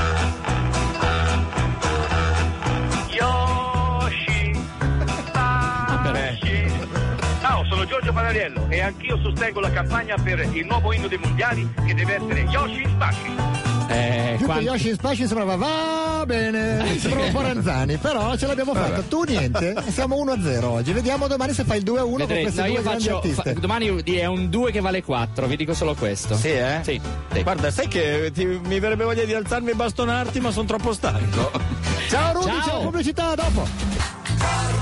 S11: Yoshi Spashin. Ciao, sono Giorgio Panariello e anch'io sostengo la campagna per il nuovo inno dei mondiali che deve essere Yoshi Spashin.
S5: Eh, Eh,
S2: Più
S5: quanti-
S2: che Yoshi in Spashi sembrava va
S5: (laughs)
S2: bene, sembra un po' Ranzani, però ce l'abbiamo fatta. Tu niente, e siamo 1-0 oggi. Vediamo domani se fai il 2-1 con
S5: Vedrete,
S2: queste
S5: no,
S2: due
S5: io
S2: grandi
S5: faccio, fa-
S2: artiste.
S5: domani è un 2 che vale 4, vi dico solo questo.
S3: Sì, eh?
S5: Sì. sì.
S3: Guarda, sai che ti- mi verrebbe voglia di alzarmi e bastonarti, ma sono troppo (laughs) stanco.
S2: Ciao Rudy,
S5: Ciao.
S2: ciao pubblicità, a dopo.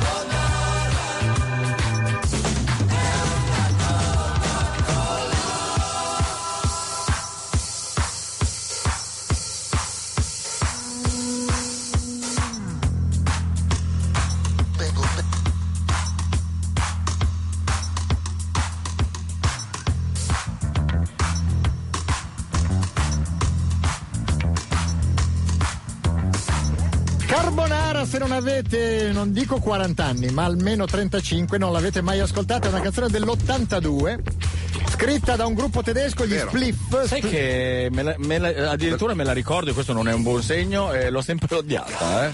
S2: Carbonara, se non avete, non dico 40 anni, ma almeno 35, non l'avete mai ascoltata, è una canzone dell'82, scritta da un gruppo tedesco, gli
S4: Vero.
S2: Spliff.
S3: Sai che me la- me la- addirittura me la ricordo e questo non è un buon segno e l'ho sempre odiata, eh.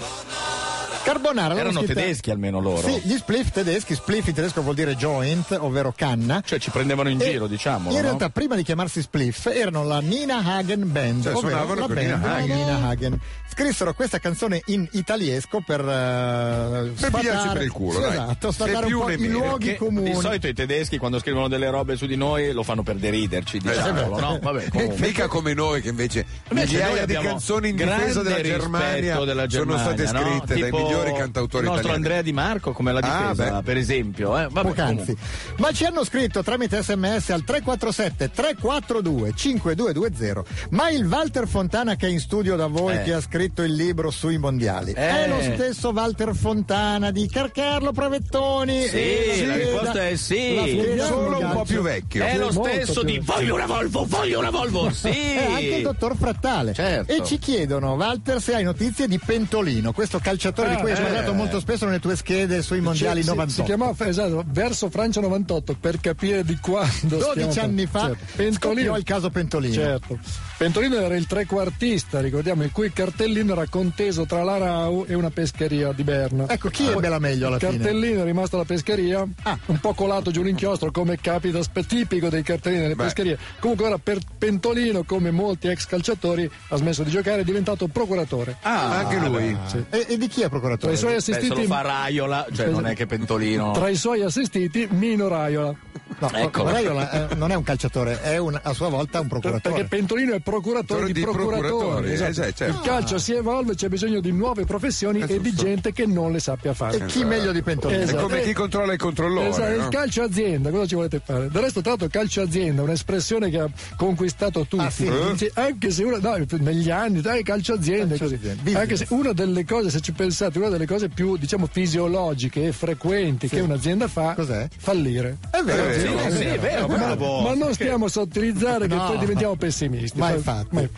S2: Carbonara, l'hanno
S3: Erano
S2: scritta-
S3: tedeschi almeno loro.
S2: Sì, gli spliff tedeschi, spliff in tedesco vuol dire joint, ovvero canna.
S3: Cioè ci prendevano in
S2: E
S3: giro, diciamo.
S2: In realtà, prima di chiamarsi Spliff, erano la Nina Hagen Band.
S4: Cioè,
S2: ovvero
S4: suonavano
S2: la
S4: con
S2: band
S4: Nina
S2: della
S4: Hagen.
S2: Nina Hagen. Scrissero questa canone in italiesco per. eh,
S4: Per
S2: sfatare-
S4: pigliarci per il culo,
S2: Sì,
S4: dai.
S2: Esatto,
S4: Né
S2: sfatare un
S4: più
S2: po'
S4: né
S2: i
S4: meno.
S2: luoghi comuni.
S3: Di solito i tedeschi quando scrivono delle robe su di noi lo fanno per deriderci, diciamolo,
S2: esatto.
S3: no? Vabbè, comunque.
S4: Eh, (laughs) Mica come noi che invece,
S3: Invece noi
S4: migliaia di
S3: abbiamo
S4: canzoni in
S3: grande
S4: difesa della
S3: rispetto
S4: Germania,
S3: della Germania,
S4: sono state
S3: no?
S4: scritte dai
S3: Tipo
S4: migliori cantautori
S3: Il nostro
S4: italiani.
S3: Andrea Di Marco come la
S4: Ah,
S3: difesa,
S4: beh.
S3: per esempio. Eh? Vabbè,
S2: Poc'anzi.
S3: comunque.
S2: Ma ci hanno scritto tramite sms al 347 342 5220. Ma il Walter Fontana che è in studio da voi,
S3: Eh.
S2: che ha scritto il libro sui mondiali, è
S3: Eh.
S2: lo stesso Walter Fontana di Carcarlo Provettoni?
S3: Sì,
S2: Eh,
S3: la
S2: eh,
S3: risposta
S2: da-
S3: è sì.
S2: la
S4: Che
S2: spieghiamo,
S4: solo un po'
S2: Gaggio.
S4: più vecchio.
S3: È lo
S8: Molto
S3: stesso
S8: più-
S3: di voglio una Volvo, voglio una
S2: (laughs)
S3: Volvo, sì!
S2: E Eh, anche il dottor Frattale.
S3: Certo.
S2: E ci chiedono, Walter, se hai notizie di Pentolino, questo calciatore di
S4: Ah,
S2: cui hai
S4: eh.
S2: parlato molto spesso nelle tue schede sui mondiali
S8: Cioè, si-
S2: 98.
S8: Si chiamava esatto, verso Francia 98 per capire di quando.
S2: 12
S8: stiamo-
S2: anni fa
S8: Certo.
S2: scoppiò
S8: Pentolino.
S2: il caso Pentolino.
S8: Certo. Pentolino era il trequartista, ricordiamo, il cui cartellino era conteso tra la RAU e una pescheria di Berna.
S2: Ecco, chi ebbe la meglio alla
S8: il
S2: fine? Ah.
S8: cartellino è rimasto alla pescheria, un po' colato giù l'inchiostro come capita, sp- tipico dei cartellini delle
S4: Beh.
S8: pescherie. Comunque ora per Pentolino, come molti ex calciatori, ha smesso di giocare, è diventato procuratore.
S3: Ah,
S4: Anche lui.
S2: E, e di chi
S8: Tra
S2: è procuratore?
S8: i suoi
S3: Beh, se
S8: assistiti,
S3: lo fa Raiola, cioè non è che Pentolino.
S8: tra i suoi assistiti Mino Raiola.
S2: No,
S3: Ecco.
S2: Raiola, eh, non è un calciatore, è un- a sua volta un procuratore.
S8: Perché Pentolino è procuratore di,
S4: Di
S8: procuratori. Esatto.
S4: procuratori, eh, cioè, certo.
S8: Il calcio si evolve, c'è bisogno di nuove professioni e di gente che non le sappia
S2: E
S8: fare.
S2: chi meglio di Pentolino?
S4: È
S8: Esatto.
S4: come chi controlla il controllore.
S8: Esatto,
S4: no?
S8: il calcio azienda, cosa ci volete fare? Del resto, tra l'altro, calcio azienda è un'espressione che ha conquistato tutti.
S2: Ah, sì?
S8: Sì, anche se una, no, negli anni, dai, calcio azienda,
S2: Calcio
S8: così.
S2: azienda, business.
S8: Anche se una delle cose, se ci pensate, una delle cose più diciamo fisiologiche e frequenti che un'azienda fa
S2: Cos'è?
S8: fallire.
S2: È vero,
S4: Sì,
S2: sì,
S4: sì,
S2: è
S3: sì, è
S2: vero.
S3: vero,
S8: Ma,
S3: bravo.
S8: ma non stiamo a sottilizzare che
S2: No.
S8: poi diventiamo pessimisti.
S2: Mai
S8: Poi-
S2: fatto.
S8: mai-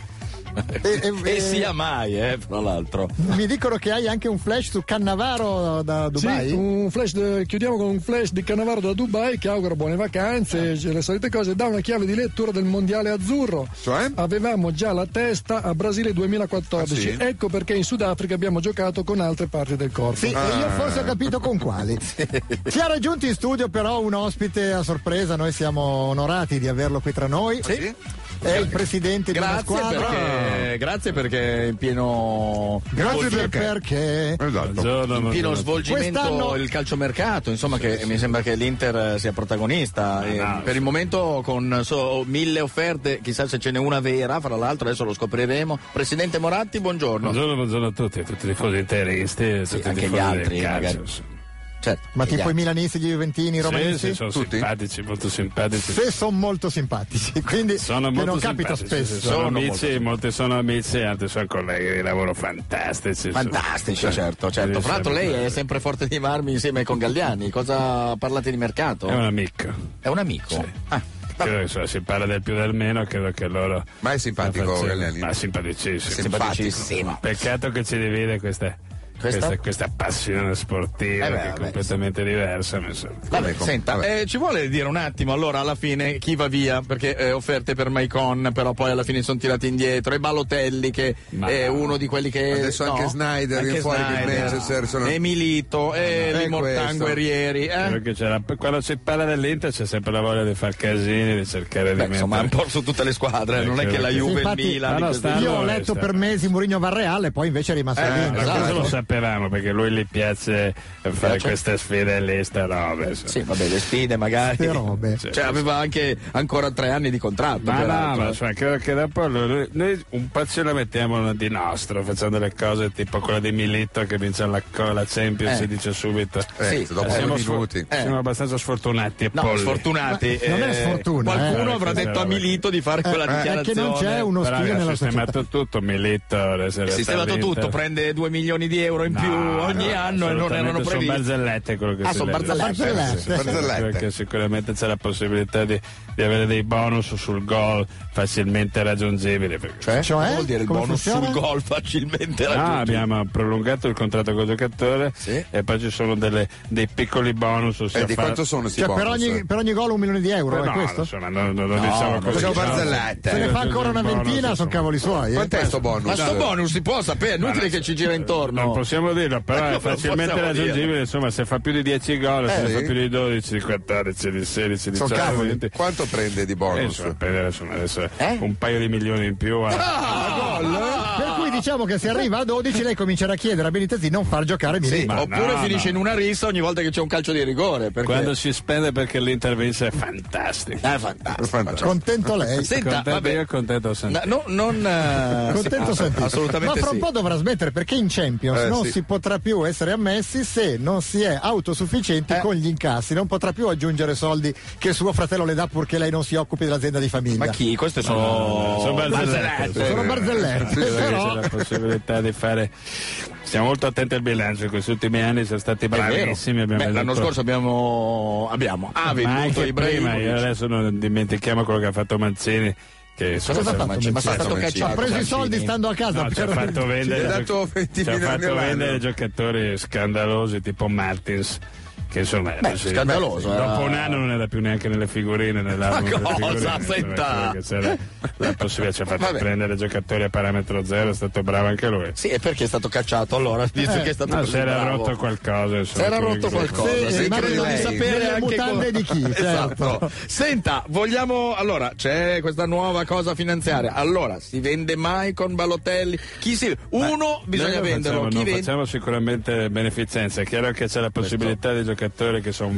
S2: E- e-
S3: E sia mai, eh, fra l'altro.
S2: Mi dicono che hai anche un flash su Cannavaro da Dubai?
S8: Sì, un flash de- chiudiamo con un flash di Cannavaro da Dubai che augura buone vacanze,
S4: Eh.
S8: e le solite cose, dà una chiave di lettura del mondiale azzurro.
S4: Cioè?
S8: Avevamo già la testa a Brasile 2014,
S4: Ah, sì?
S8: ecco perché in Sudafrica abbiamo giocato con altre parti del corpo.
S2: Sì, e
S4: Ah.
S2: io forse ho capito con
S4: (laughs)
S2: quali. Ci ha raggiunto in studio però un ospite a sorpresa, noi siamo onorati di averlo qui tra noi.
S4: Sì.
S2: È il presidente di una
S3: Grazie
S2: squadra.
S3: perché, grazie perché in pieno,
S2: Grazie per-
S4: perché.
S2: perché.
S4: Esatto.
S6: Buongiorno,
S3: in pieno
S6: buongiorno.
S3: svolgimento
S2: Quest'anno-
S3: il calciomercato, insomma che mi sembra che l'Inter eh, sia protagonista. eh, per il momento con so, mille offerte, chissà se ce n'è una vera, fra l'altro adesso lo scopriremo. Presidente Moratti, buongiorno.
S6: Buongiorno, buongiorno a tutti, a tutte le cose interiste, a tutte
S3: anche
S6: le
S3: gli
S6: cose del
S3: altri,
S6: calcio,
S3: magari.
S6: sì.
S3: Certo.
S2: Ma tipo
S3: Vediamo.
S2: i milanisti, gli juventini, i romanisti?
S6: Sì, sì, sono
S4: Tutti?
S6: simpatici, molto simpatici.
S2: Se sono molto simpatici, (laughs) quindi
S6: Sono
S2: che
S6: molto
S2: non capita
S6: simpatici,
S2: spesso.
S6: sì, Sono,
S3: Sono molto
S6: amici, molti sono amici e altri sono colleghi di lavoro fantastici.
S3: Fantastici, certo, certo. Fra l'altro lei è sempre forte di marmi insieme con Galliani. Cosa parlate di mercato?
S6: È un amico.
S3: È un amico. Ah,
S6: Credo che, insomma, si parla del più del meno, credo che loro.
S4: Ma è simpatico,
S6: la facciano-
S4: Galliani?
S6: Ma simpaticissimo.
S4: Simpatico.
S3: simpaticissimo.
S6: Peccato che ci divide questa.
S3: Questa?
S6: Questa, questa passione sportiva
S3: Eh beh,
S6: che è
S3: vabbè,
S6: completamente diversa. mi sa.
S3: Vabbè, senta, eh, ci vuole dire un attimo allora alla fine chi va via perché eh, offerte per Maicon però poi alla fine sono tirati indietro e Balotelli che è uno di quelli che
S4: Adesso anche Snyder viene fuori che il Manchester sono-
S3: e Milito e
S4: no. Eh,
S3: Limortan
S4: questo.
S3: Guerrieri eh?
S6: Quello che c'è la- quando si parla dell'Inter c'è sempre la voglia di far casini, di cercare
S3: Beh,
S6: di
S3: insomma è un po' su tutte le squadre
S6: Eh,
S3: non è
S6: credo
S3: che la
S6: che-
S3: Juve
S2: Infatti,
S3: il Milan
S6: Ah, no, no,
S3: di questi-
S6: sta-
S2: Io ho
S6: allora,
S2: letto
S6: sta-
S2: per mesi Mourinho va al Real e poi invece è rimasto
S3: Eh,
S2: lì.
S6: Ma
S3: esatto.
S6: questo lo sapevamo perché lui gli piace fare queste sfide lì, sta roba. insomma.
S3: sì vabbè le sfide magari
S2: Ste robe.
S3: cioè aveva anche ancora tre anni di contratto
S6: Ma no,
S3: peraltro.
S6: ma cioè, credo che dopo lo- lo- noi un pezzo lo mettiamo di nostro, facendo le cose tipo quella di Milito che vince la, la Champions,
S3: Eh.
S6: si dice subito.
S3: Sì,
S4: dopo
S6: Eh,
S4: due
S6: sfo-
S4: minuti.
S3: Eh.
S6: siamo abbastanza sfortunati. e
S3: No,
S6: polli.
S3: sfortunati.
S2: Ma non è
S3: eh,
S2: sfortuna,
S3: Qualcuno
S6: eh.
S3: avrà detto a Milito di fare quella
S2: Eh,
S3: dichiarazione.
S2: è che non c'è uno
S6: Però
S2: stile
S6: ha
S2: nella
S6: sistemato
S2: società.
S6: tutto Milito. adesso è
S3: È sistemato
S6: all'Inter.
S3: tutto, prende 2 milioni di euro in
S6: eh. No,
S3: più
S6: no,
S3: ogni anno e non
S6: assolutamente,
S3: erano
S6: Sono
S3: previsti.
S6: barzellette quello che
S3: Ah,
S6: si
S3: sono
S6: legge.
S3: barzellette.
S2: Barzellette.
S6: Sì, sì,
S4: Barzellette.
S6: perché sicuramente c'è la possibilità di, di avere dei bonus sul gol facilmente raggiungibili. perché-
S3: Cioè,
S2: Cioè?
S3: cosa vuol dire il
S2: Come
S3: bonus
S2: funziona?
S3: sul gol facilmente
S6: No,
S3: raggiungibile?
S6: abbiamo prolungato il contratto col giocatore
S3: Sì.
S6: e poi ci sono delle- dei piccoli bonus. ossia
S4: Eh, di
S6: fa-
S4: quanto sono sti
S2: Cioè, per,
S4: bonus?
S2: ogni, per ogni gol un milione di euro,
S6: Però
S2: è
S6: no,
S2: questo?
S6: insomma, non, non- non diciamo così.
S4: facciamo
S6: no.
S4: barzellette.
S2: Se ne fa ancora una
S6: Bonus,
S2: ventina, sono
S6: insomma.
S2: cavoli suoi. eh.
S4: Quant'è sto bonus?
S3: Ma sto bonus si può sapere, è inutile
S6: Ma-
S3: che ci gira intorno.
S6: Non possiamo dirlo, però
S3: Ma
S6: è
S3: Eh, come
S6: facilmente
S3: possiamo Eh, dirlo?
S6: raggiungibile. Insomma, se fa più di 10 gol, se ne
S4: sì.
S6: fa più di 12, di 14, di 16, di
S4: Sono
S6: 19,
S4: cavoli.
S6: 20.
S4: Quanto prende di
S6: Eh,
S4: bonus?
S6: insomma, prendere, insomma, adesso un paio di milioni in più. eh. a-
S3: Eh? Ah, gol!
S2: Per cui diciamo che se arriva a 12 lei comincerà a chiedere a Benitez di non far giocare
S3: Sì,
S2: Milito.
S3: oppure
S6: no,
S3: finisce
S6: no.
S3: in una rissa ogni volta che c'è un calcio di rigore. Perché...
S6: Quando si spende perché l'Inter vince è fantastico.
S3: Eh, fantastico.
S4: Fantastico.
S2: Contento lei.
S3: Senta,
S6: Contento
S3: vabbè.
S6: io, contento Santini.
S3: No, no, non, eh,
S2: Contento
S3: sì,
S2: sentito. Ma
S3: Assolutamente
S2: fra un
S3: sì.
S2: po' dovrà smettere perché in Champions
S4: Eh,
S2: non
S4: sì.
S2: si potrà più essere ammessi se non si è autosufficienti
S3: Eh.
S2: con gli incassi, non potrà più aggiungere soldi che suo fratello le dà purché lei non si occupi dell'azienda di famiglia.
S3: Ma chi? Queste sono.
S6: sono barzellette.
S2: Sono
S6: Sì,
S2: barzellette,
S6: perché
S2: però
S6: c'è la possibilità di fare. Siamo molto attenti al bilancio. In questi ultimi anni siamo stati
S3: È vero.
S6: bravissimi. abbiamo
S3: Beh, l'anno
S6: venduto-
S3: scorso abbiamo, abbiamo ah,
S6: Ma
S3: venduto
S6: anche prima, io
S3: Ibrahimovic.
S6: adesso non dimentichiamo quello che ha fatto Mancini. Che
S3: Cosa ha fatto Mancini? Ma è stato
S4: Mancini?
S2: ha
S3: cacciato.
S2: preso i
S3: Mancini.
S2: soldi stando a casa
S6: No, ci ha
S2: per- (laughs)
S6: fatto vendere,
S4: Ci ha dato 20
S6: ci ha
S4: milioni
S6: fatto
S4: all'anno.
S6: vendere giocatori scandalosi tipo Martins. Che insomma,
S3: Beh,
S6: sì,
S3: scandaloso,
S6: beh,
S3: eh.
S6: Dopo un anno non era più neanche nelle figurine. nell'album
S3: Ma
S6: delle
S3: cosa?
S6: figurine, insomma,
S3: Senta.
S6: quello che c'era la possibilità ci ha fatto
S3: Vabbè.
S6: prendere giocatori a parametro zero. È stato bravo anche lui. Eh,
S3: Sì, e perché è stato cacciato allora? Visto che è stato
S6: No,
S3: così
S6: si era
S3: bravo.
S6: rotto qualcosa.
S3: Si
S6: insomma,
S3: era
S6: quello
S3: rotto
S6: che-
S3: qualcosa,
S2: Sì,
S3: sì,
S2: ma
S3: credo Eh, di
S2: lei.
S3: sapere
S2: Delle
S3: anche
S2: mutande
S3: cosa.
S2: di
S3: (laughs)
S2: chi, certo.
S3: Esatto. Senta, vogliamo allora c'è questa nuova cosa finanziaria. Allora, si vende mai con Balotelli? Chi si uno bisogna
S6: Noi non
S3: venderlo,
S6: facciamo-
S3: chi
S6: non
S3: vende?
S6: facciamo sicuramente beneficenza. È chiaro che c'è la possibilità dei giocatori che sono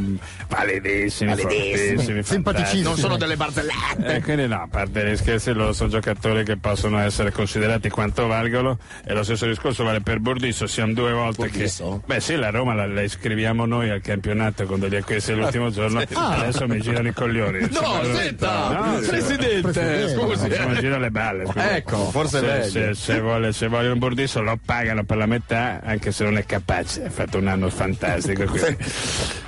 S6: validissimi, fortissimi,
S2: Simpaticissimi.
S3: Non sono delle barzellette.
S6: E Eh, quindi no, a parte gli scherzi, loro sono giocatori che possono essere considerati quanto valgono e lo stesso discorso vale per Burdisso, siamo due volte
S3: Burdisso?
S6: che... Beh sì, la Roma la, la iscriviamo noi al campionato con degli acquisti l'ultimo giorno, adesso mi girano i coglioni.
S3: Ah, No,
S6: Insomma,
S3: senta,
S6: no,
S3: presidente,
S2: Presidente.
S3: scusi.
S6: No, mi girano le balle. scusa.
S3: Ecco, forse
S6: se,
S3: è meglio.
S6: se, se vuole, se vuole un Burdisso lo pagano per la metà, anche se non è capace. Ha fatto un anno fantastico.
S3: (laughs)
S6: Quindi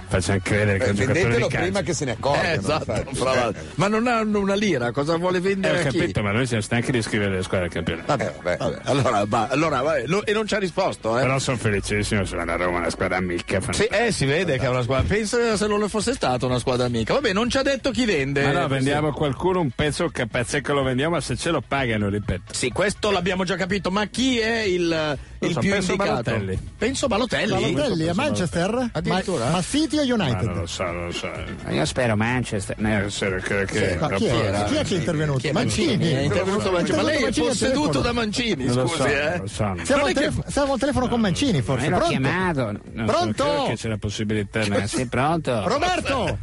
S6: facciamo credere che è
S4: Eh,
S6: un giocatore di
S4: vendetelo
S6: calcio.
S4: prima che se ne accorgano.
S3: Eh, esatto,
S4: infatti.
S3: fra l'altro. Ma non hanno una lira, cosa vuole
S6: Eh,
S3: vendere
S6: ho
S3: a chi?
S6: capito, ma noi siamo stanchi di scrivere le squadre al campionato.
S4: Eh, vabbè.
S3: Vabbè, allora, va- allora, vabbè, lo- e non ci ha risposto, eh?
S6: Però sono felicissimo, sono la Roma, una squadra amica.
S3: Sì, eh, si vede che è una squadra. Pensa se non lo fosse stata una squadra amica. Vabbè, non ci ha detto chi vende.
S6: Ma no, vendiamo a qualcuno un pezzo capace che lo vendiamo, ma se ce lo pagano, ripeto.
S3: Sì, questo l'abbiamo già capito, ma chi è il, il
S6: so,
S3: più
S6: penso
S3: indicato?
S6: Balotelli.
S3: Penso Balotelli.
S2: Balotelli a Manchester?
S3: Addirittura?
S2: Ma, ma City o
S6: Ma non
S2: United?
S6: lo so, non lo so. io spero Manchester. No, spero che, che
S2: Ma chi, era? chi è che è intervenuto?
S3: Chi è
S2: Mancini.
S3: È intervenuto Mancini. Ma lei è
S2: Mancini al
S3: posseduto
S2: telefono.
S3: da Mancini,
S6: Non lo
S3: scusi,
S6: so,
S3: eh.
S6: non lo so.
S2: Siamo, al
S3: Non è che-
S2: telefono- siamo al telefono con Mancini forse. Pronto?
S5: Non
S2: Pronto?
S6: Credo che c'è la possibilità. no?
S5: Sei pronto?
S2: Roberto!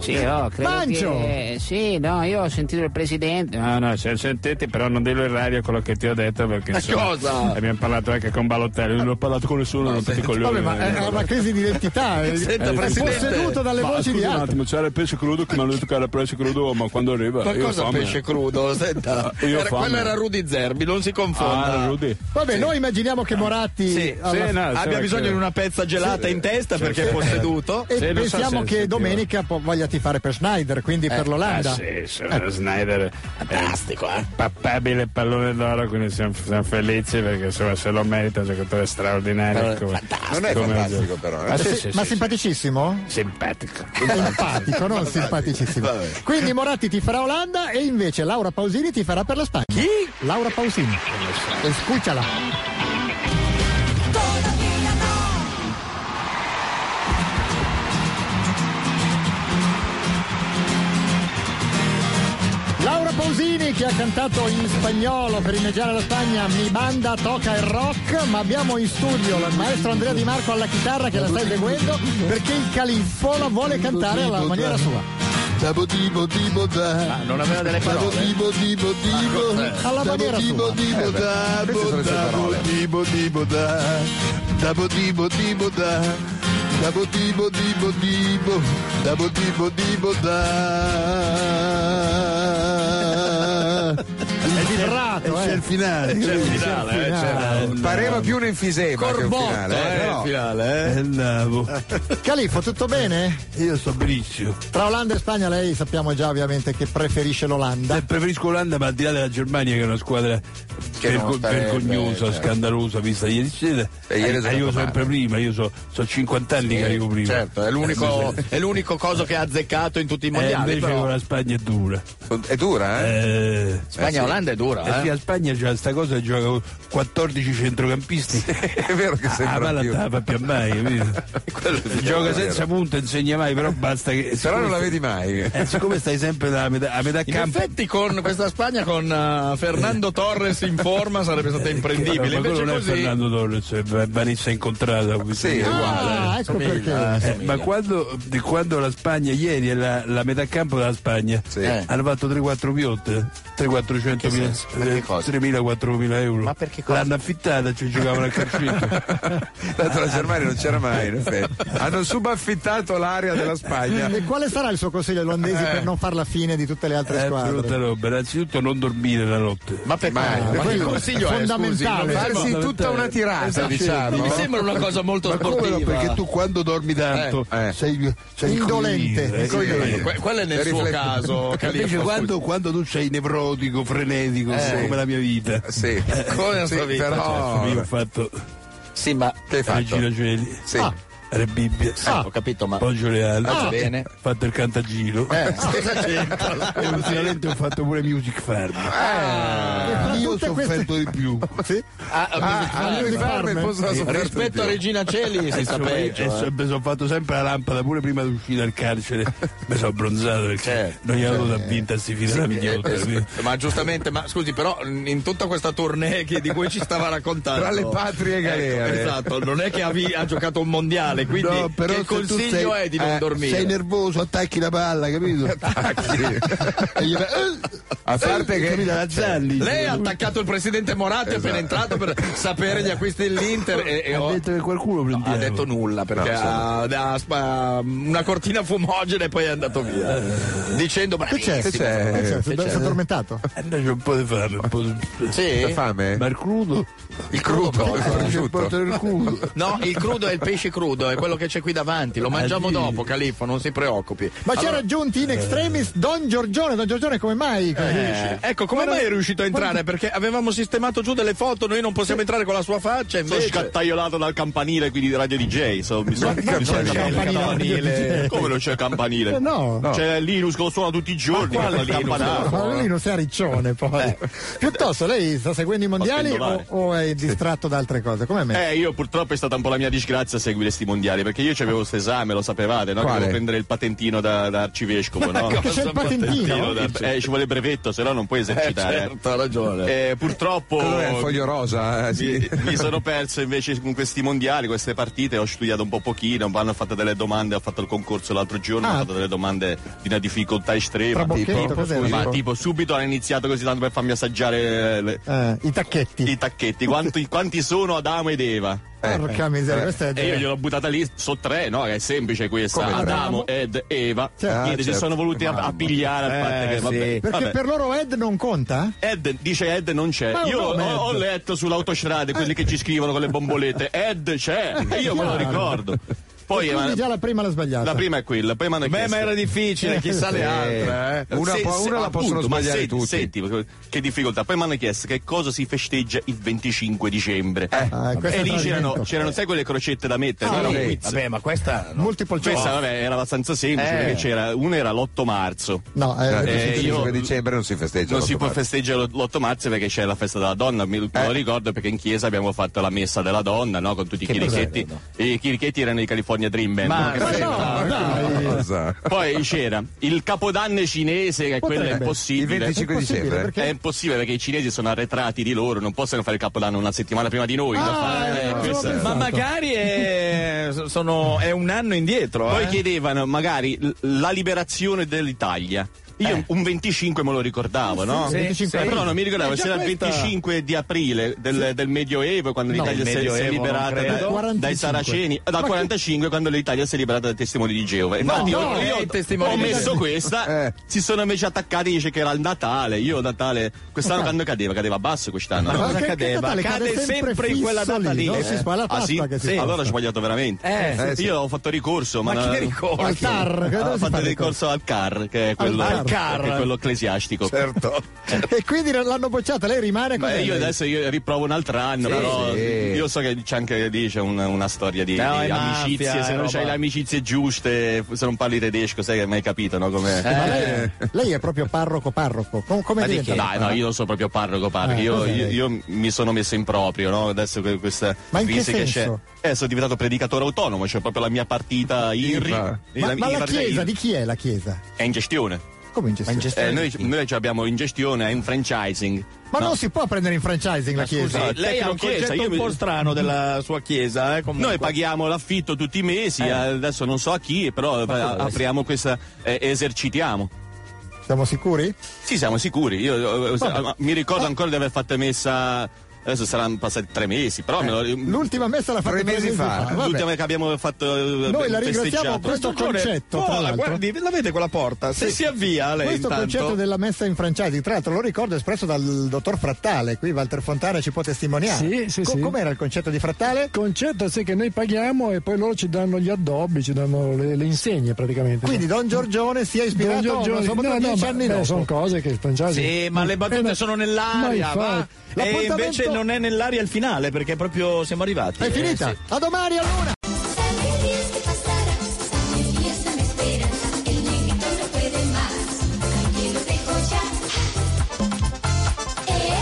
S5: Sì, oh, credo
S2: Mancio!
S5: che- Sì, no, io ho sentito il presidente.
S6: Ah, No, no, se sentite, però non dirlo in radio quello che ti ho detto perché insomma,
S3: cosa?
S6: abbiamo parlato anche con Balotelli, non ho parlato con nessuno, non ti
S2: Vabbè,
S6: coglioni.
S2: ma è
S6: Eh,
S2: una crisi di
S6: (laughs)
S2: identità. eh.
S3: Senta,
S2: è
S3: Presidente.
S2: posseduto dalle
S6: ma
S2: voci di
S6: scusi un
S2: altri.
S6: attimo, c'era il pesce crudo che mi hanno detto che era il pesce crudo, ma quando arriva
S3: Ma
S6: io ho
S3: cosa
S6: fame.
S3: pesce
S6: (laughs)
S3: crudo? Senta,
S6: Io ho
S3: era,
S6: fame.
S3: quello era Rudy Zerbi, non si confonda.
S6: Ah, Rudy.
S2: Vabbè, noi immaginiamo che Moratti
S3: Sì,
S2: alla-
S6: sì, no,
S3: abbia
S6: sarà
S3: bisogno
S6: che-
S3: di una pezza gelata in testa perché è posseduto.
S2: e
S6: Sì, non so
S2: pensiamo
S6: se è
S2: che
S6: sensitivo.
S2: domenica po- voglia tifare per Schneider, quindi per l'Olanda.
S6: Ah, sì, sono Snyder. Fantastico, eh? Pappabile pallone d'oro, quindi siamo, siamo felici perché insomma se lo merita, è un giocatore straordinario.
S4: Però- fantastico. Non è fantastico, però, eh?
S6: Ma,
S2: Ma,
S6: Ah, sì,
S2: si-
S6: sì,
S2: ma
S6: sì,
S2: simpaticissimo?
S6: Simpatico.
S2: Simpatico, non simpaticissimo. Quindi Moratti ti farà Olanda e invece Laura Pausini ti farà per la Spagna. Chi? Laura Pausini. Escúchala. Laura Pausini che ha cantato in spagnolo per inneggiare la Spagna Mi Banda, Toca e Rock, ma abbiamo in studio il maestro Andrea Di Marco alla chitarra che la sta eseguendo perché il califfo la vuole cantare alla maniera sua.
S3: Ah, non aveva delle parole.
S2: Alla maniera sua.
S4: Eh, beh, queste sono le sue parole.
S2: È vibrato, eh.
S7: finale.
S2: C'è il
S3: finale, eh, c'era un-
S4: Pareva più un enfisema che un finale. eh, però.
S3: finale, eh.
S2: Califfo, tutto bene?
S7: Io sto benissimo.
S2: Tra Olanda e Spagna lei sappiamo già ovviamente che preferisce l'Olanda.
S7: Eh, preferisco l'Olanda, ma al di là della Germania, che è una squadra vergo-
S4: non starebbe,
S7: vergognosa,
S4: certo.
S7: scandalosa, vista ieri sera.
S4: E ieri
S7: Eh,
S4: è stato
S7: io sempre
S4: male.
S7: prima, io so, so 50 anni che arrivo prima.
S3: Certo,
S6: (laughs)
S3: è l'unico, è l'unico coso che ha azzeccato in tutti i
S7: Eh,
S3: mondiali.
S7: invece
S3: però.
S7: con la Spagna è dura.
S4: È dura, eh?
S7: Eh,
S3: Spagna-Olanda è dura,
S7: eh, sì,
S3: eh.
S7: la Spagna c'ha sta cosa che gioca con 14 centrocampisti.
S4: È vero che
S7: Ah,
S4: sembra
S7: ma la
S4: più.
S7: tappa più mai, capito?
S4: (laughs) Quello è
S7: Gioca
S4: vero.
S7: senza punta, insegna mai, però basta che.
S4: Però non la
S7: siccome-
S4: vedi mai.
S7: eh, siccome stai sempre a metà, a metà
S3: In
S7: campo,
S3: effetti con questa Spagna con eh, Fernando Torres in forma sarebbe stata imprendibile.
S7: Eh, Ma quello
S3: Invece
S7: non è
S3: così
S7: Fernando Torres, è Va- Vanessa incontrata.
S4: Sì, è uguale.
S2: Ah, ecco perché.
S7: Eh, ma quando, di quando la Spagna, ieri è la, la metà campo della Spagna,
S4: Sì.
S7: eh, hanno fatto 3-4 piotte, 3-400 mila, eh, 3.000-4.000 euro. Ma perché cosa? L'hanno affittata, ci giocavano a calcetto.
S4: (laughs) Tanto la Germania non c'era mai, in
S7: (laughs)
S4: effetti. Hanno subaffittato l'area della Spagna.
S2: E quale sarà il suo consiglio agli olandesi per non far la fine di tutte le altre
S7: Eh, brutta
S2: squadre?
S7: roba, innanzitutto non dormire la notte.
S3: Ma perché?
S4: Ma-
S3: Ma che
S2: quello
S3: consiglio
S2: è
S3: è? scusi?
S2: fondamentale.
S3: Non mi sembra-
S4: Farsi tutta una
S7: Esatto.
S4: tirata, diciamo.
S7: eh?
S3: Mi sembra una cosa molto sportiva.
S7: tu quando dormi tanto
S4: Eh, eh.
S7: sei,
S2: Indolente.
S7: coglione, eh,
S4: Coglione.
S7: sì.
S3: Que- quello è nel suo
S4: Rifletti.
S3: caso,
S7: (laughs) Invece
S3: Califfo.
S7: quando, quando tu sei nevrotico, frenetico,
S4: sì.
S7: come la mia vita, Eh,
S4: Sì,
S3: Come la sua
S4: Sì,
S3: vita,
S4: però
S7: io ho fatto
S3: Sì, ma
S4: che hai
S7: Regina Ah.
S4: fatto?
S7: Geli,
S4: Sì.
S7: Re Bibbia,
S3: Ah, ho capito, ma
S7: Poggio Reale,
S3: Ah,
S7: ho
S3: bene.
S7: fatto il cantagiro
S3: Eh, cosa c'entra?
S7: e (laughs) ultimamente ho fatto pure Music Farm. io ho
S2: tutte queste-
S7: sofferto di
S3: (laughs)
S7: più.
S3: Ah,
S4: Ah,
S3: ah,
S4: a
S3: ah,
S4: lui di farmi
S2: Farmer.
S4: posso soffrire
S3: rispetto
S4: di
S3: a
S4: più.
S3: Regina Celi si sta
S7: Insomma, io- (laughs)
S3: peggio. eh.
S7: e so- mi sono fatto sempre la lampada pure prima di uscire dal carcere.
S3: (laughs)
S7: Mi sono abbronzato perché
S3: Certo,
S7: non gli avevo da vinta a sti fila della mignotta. capito?
S3: Eh, Ma giustamente, ma scusi, però in tutta questa tournée che- di cui ci stava raccontando
S4: Tra le patrie galere.
S3: Ecco, esatto, non è che ha, vi- ha giocato un mondiale, quindi
S7: No, però
S3: che
S7: se tu
S3: consiglio
S7: sei-
S3: è di non
S4: eh,
S3: dormire?
S7: Sei nervoso, attacchi la palla,
S3: (laughs)
S7: capito? Eh,
S3: Ah,
S7: E gli fa-
S4: A parte che
S7: capito, la Zalli.
S3: Lei ha attaccato il presidente Moratti appena entrato per sapere gli acquisti dell'Inter e, e
S7: ha
S3: ho-
S7: detto che qualcuno prendeva.
S3: ha detto nulla perché ha, ha spa- una cortina fumogena e poi è andato via dicendo
S2: Che c'è?
S3: bravissimo. Eh,
S2: Che c'è?
S4: c'è?
S2: Si è si è addormentato?
S7: Eh, no, c'è un po' di fame, un po' di...
S4: Hai
S3: Sì?
S4: fame?
S7: Ma il crudo?
S3: Il crudo.
S7: C'è il porto del crudo.
S3: No, il crudo è il pesce crudo, è quello che c'è qui davanti, lo mangiamo dopo, Califfo, non si preoccupi.
S2: Ma ci ha raggiunti in extremis Don Giorgione. Don Giorgione, come mai?
S3: Eh, ecco, come mai è riuscito a entrare? Perché avevamo sistemato giù delle foto, noi non possiamo entrare con la sua faccia,
S9: Sono
S3: invece...
S9: scattaiolato dal campanile qui di Radio DJ. so- mi sono-
S2: non c'è il campanile.
S9: Come non c'è il campanile?
S2: Eh, no. No.
S9: C'è Linus che lo suona tutti i giorni.
S2: Ma
S9: canta il campanaro.
S2: Ma lui eh. non sei a riccione poi. Piuttosto, lei sta seguendo i mondiali o,
S9: pendolare.
S2: o è distratto da altre cose? Come me?
S9: Eh, io purtroppo è stata un po' la mia disgrazia seguire sti mondiali, perché io c'avevo questo esame, lo sapevate, no? Che
S4: Quale?
S9: dovevo prendere il patentino da, da arcivescovo, no?
S2: Che c'è il patentino?
S9: Patentino da- eh, ci vuole il brevetto, se no non puoi esercitare.
S3: certo, ha ragione.
S9: Eh, purtroppo
S4: Quello è il foglio rosa. eh, sì.
S9: mi, mi sono perso invece con questi mondiali, queste partite, ho studiato un po' pochino, hanno fatto delle domande, ho fatto il concorso l'altro giorno,
S2: Ah.
S9: ho fatto delle domande di una difficoltà estrema.
S2: Trabocchetto,
S9: Tipo-
S2: cos'era?
S9: ma
S2: Tipo?
S9: tipo subito hanno iniziato così tanto per farmi assaggiare eh, le-
S2: Eh, I tacchetti. Eh,
S9: i tacchetti, quanti, quanti sono Adamo ed Eva?
S2: Porca miseria, questa è
S9: E io gliel'ho buttata lì, so tre, no? È semplice questa.
S2: Come tre?
S9: Adamo ed Eva.
S2: Certo. Eh,
S9: Niente,
S4: Ah,
S9: si
S4: certo.
S9: sono voluti a, a pigliare al fatto che vabbè.
S2: Perché
S9: vabbè.
S2: per loro Ed non conta?
S9: Ed dice Ed non c'è.
S2: Ma è un Eh.
S9: Io
S2: nome,
S9: ho, ho
S2: Ed. (laughs)
S9: letto sull'autostrada quelli che ci scrivono con le bombolette. Ed c'è. E io me lo
S2: chiaro.
S9: ricordo. Poi, eh,
S2: E
S9: ma-
S2: quindi già la prima l'ha sbagliata.
S9: La prima è quella, poi mi hanno
S2: Beh,
S9: chiesto. Eh,
S2: ma era difficile, chissà le
S9: Sì.
S2: altre, eh.
S4: Una po- una la possono
S9: ma
S4: sbagliare
S9: senti,
S4: tutti.
S9: Senti, che difficoltà. Poi mi hanno chiesto che cosa si festeggia il 25 dicembre. Eh,
S2: Ah, questo
S9: e
S2: è
S9: lì
S2: un
S9: c'erano,
S2: tradimento.
S9: c'erano, sai, quelle crocette da mettere.
S2: Ah,
S9: no?
S2: sì.
S9: Quiz.
S2: Vabbè,
S3: ma questa.
S2: Multiple choice.
S9: Questa vabbè, era abbastanza semplice
S2: Eh.
S9: perché c'era uno era l'8 marzo.
S2: No, eh,
S9: Eh,
S2: il
S4: 25
S9: io-
S4: dicembre non si festeggia.
S9: non si
S4: l'otto
S9: può
S4: marzo.
S9: festeggiare l'8 marzo perché c'è la festa della donna, mi me
S2: Eh.
S9: lo ricordo perché in chiesa abbiamo fatto la messa della donna, no? Con tutti i
S3: Che
S9: chirichetti. E I chirichetti erano i California Dream Band.
S3: Ma-
S9: no? Che
S3: ma
S9: bello. (laughs) Poi c'era il capodanno cinese, che quello è
S4: Potrebbe.
S9: impossibile.
S4: Il 25 È impossibile, dicembre? eh? perché?
S9: È impossibile perché i cinesi sono arretrati di loro, non possono fare il capodanno una settimana prima di noi.
S4: Ah,
S9: da fare, eh, questo è-
S3: Ma
S4: esatto.
S3: magari è, Eh, sono, è un anno indietro.
S9: Poi
S3: eh.
S9: chiedevano magari l- la liberazione dell'Italia. Io un 25 me lo ricordavo, no?
S3: Eh. Sì, 25
S9: Però
S3: aprile.
S9: non mi ricordavo
S3: Eh, già
S9: se era il
S3: questa-
S9: 25 di aprile del, del Medioevo, quando
S3: No, il
S9: l'Italia si è- si
S3: Medioevo
S9: è
S3: non
S9: liberata
S3: credo.
S9: da- dai
S3: 45.
S9: Saraceni, dal 45 quando l'Italia si è liberata dai testimoni di Geova. E
S3: No,
S9: infatti io-
S3: no,
S9: io
S3: eh, i testimoni Eh,
S9: ho
S3: di
S9: messo
S3: Geova.
S9: questa, si sono invece attaccati, dice che era il Natale, io Natale, quest'anno
S3: Ok.
S9: quando cadeva? Cadeva basso quest'anno.
S3: Ah. Ma
S9: no?
S3: cosa Che- che cadeva? Natale Cade cade sempre sempre in quella fisso data lì, lì. non si
S9: Eh.
S3: fa la
S9: Ah,
S3: pasta
S9: sì?
S3: che si
S9: Sì.
S3: fa.
S9: Allora ho sbagliato veramente.
S3: Eh, sì.
S9: Io ho fatto ricorso, ma,
S3: Ma
S9: (laughs)
S3: che ricorso?
S2: Al TAR, che dove
S9: ho
S2: si fa
S9: fatto
S2: il ricorso?
S9: ricorso al CAR, che è quello,
S2: Al TAR.
S9: che è quello ecclesiastico. Certo.
S3: (laughs)
S2: E quindi l'hanno bocciata, lei rimane con
S9: io adesso io riprovo un altro anno,
S2: Sì,
S9: però
S2: sì.
S9: io so che c'è anche lì c'è un- una storia di,
S3: No,
S9: di
S3: è
S9: amicizie,
S3: mafia,
S9: se non
S3: roba.
S9: c'hai le amicizie giuste, se non parli tedesco, sai che mai capito, no? Come...
S2: Ma
S3: Eh.
S2: lei, lei è proprio parroco parroco. Com- come
S9: Eh. Ma di
S2: diventa?
S9: chi? Dai, no, io non sono proprio parroco parroco.
S2: Eh,
S9: io,
S2: cos'è?
S9: io- io mi sono messo in proprio, no? Adesso que- questa
S2: Ma in che
S9: crisi
S2: senso?
S9: c'è. Eh, sono diventato predicatore autonomo, c'è proprio la mia partita IRI.
S2: Ma,
S9: la-
S2: ma la
S9: partita
S2: chiesa
S9: IRI.
S2: di chi è la chiesa?
S9: È in gestione.
S2: Come in gestione?
S9: Eh, noi, noi ci abbiamo in gestione, è in franchising.
S2: Ma non si può prendere in franchising la chiesa.
S9: Scusi, lei ha un
S3: concetto un po' strano della sua chiesa. Eh, comunque.
S9: Noi paghiamo l'affitto tutti i mesi,
S3: Eh.
S9: adesso non so a chi, però eh,
S3: dove
S9: apriamo questa, eh, esercitiamo.
S2: Siamo sicuri?
S9: Sì, siamo sicuri. Io eh, eh, mi ricordo ancora di aver fatto messa. Adesso saranno passati tre mesi, però me lo-
S2: L'ultima messa l'ha fatta tre Eh. mesi fa. Vabbè.
S9: l'ultima che abbiamo fatto. eh,
S2: Noi la
S9: festeggiato.
S2: ringraziamo questo concetto. tra
S3: Oh, la,
S2: l'altro.
S3: guardi, la vede quella porta? Se
S2: Sì.
S3: si avvia lei
S2: Questo
S3: intanto.
S2: concetto della messa in franchising, tra l'altro lo ricordo espresso dal dottor Frattale, qui Walter Fontana ci può testimoniare.
S8: Sì, sì,
S2: Co-
S8: sì.
S2: Com'era il concetto di Frattale?
S8: concetto sì che noi paghiamo e poi loro ci danno gli addobbi, ci danno le, le insegne praticamente.
S2: Quindi Don Giorgione si è
S8: Don
S2: ispirato
S8: Giorgione-
S2: a una
S8: no,
S2: soprattutto
S8: no,
S2: dieci
S8: ma-
S2: anni
S8: beh,
S2: dopo.
S8: sono cose che il franchising
S3: Sì, ma le battute
S8: Eh,
S3: sono
S8: ma
S3: nell'aria,
S8: infatti.
S3: va. E
S2: L'appuntamento-
S3: invece non è nell'aria il finale, perché proprio siamo arrivati.
S2: È
S3: Eh,
S2: finita.
S3: sì.
S2: A domani allora.
S12: Tantos días que pasaron, tantos días que me esperan, el negrito no puede más, al que lo dejo ya. ¿Eh?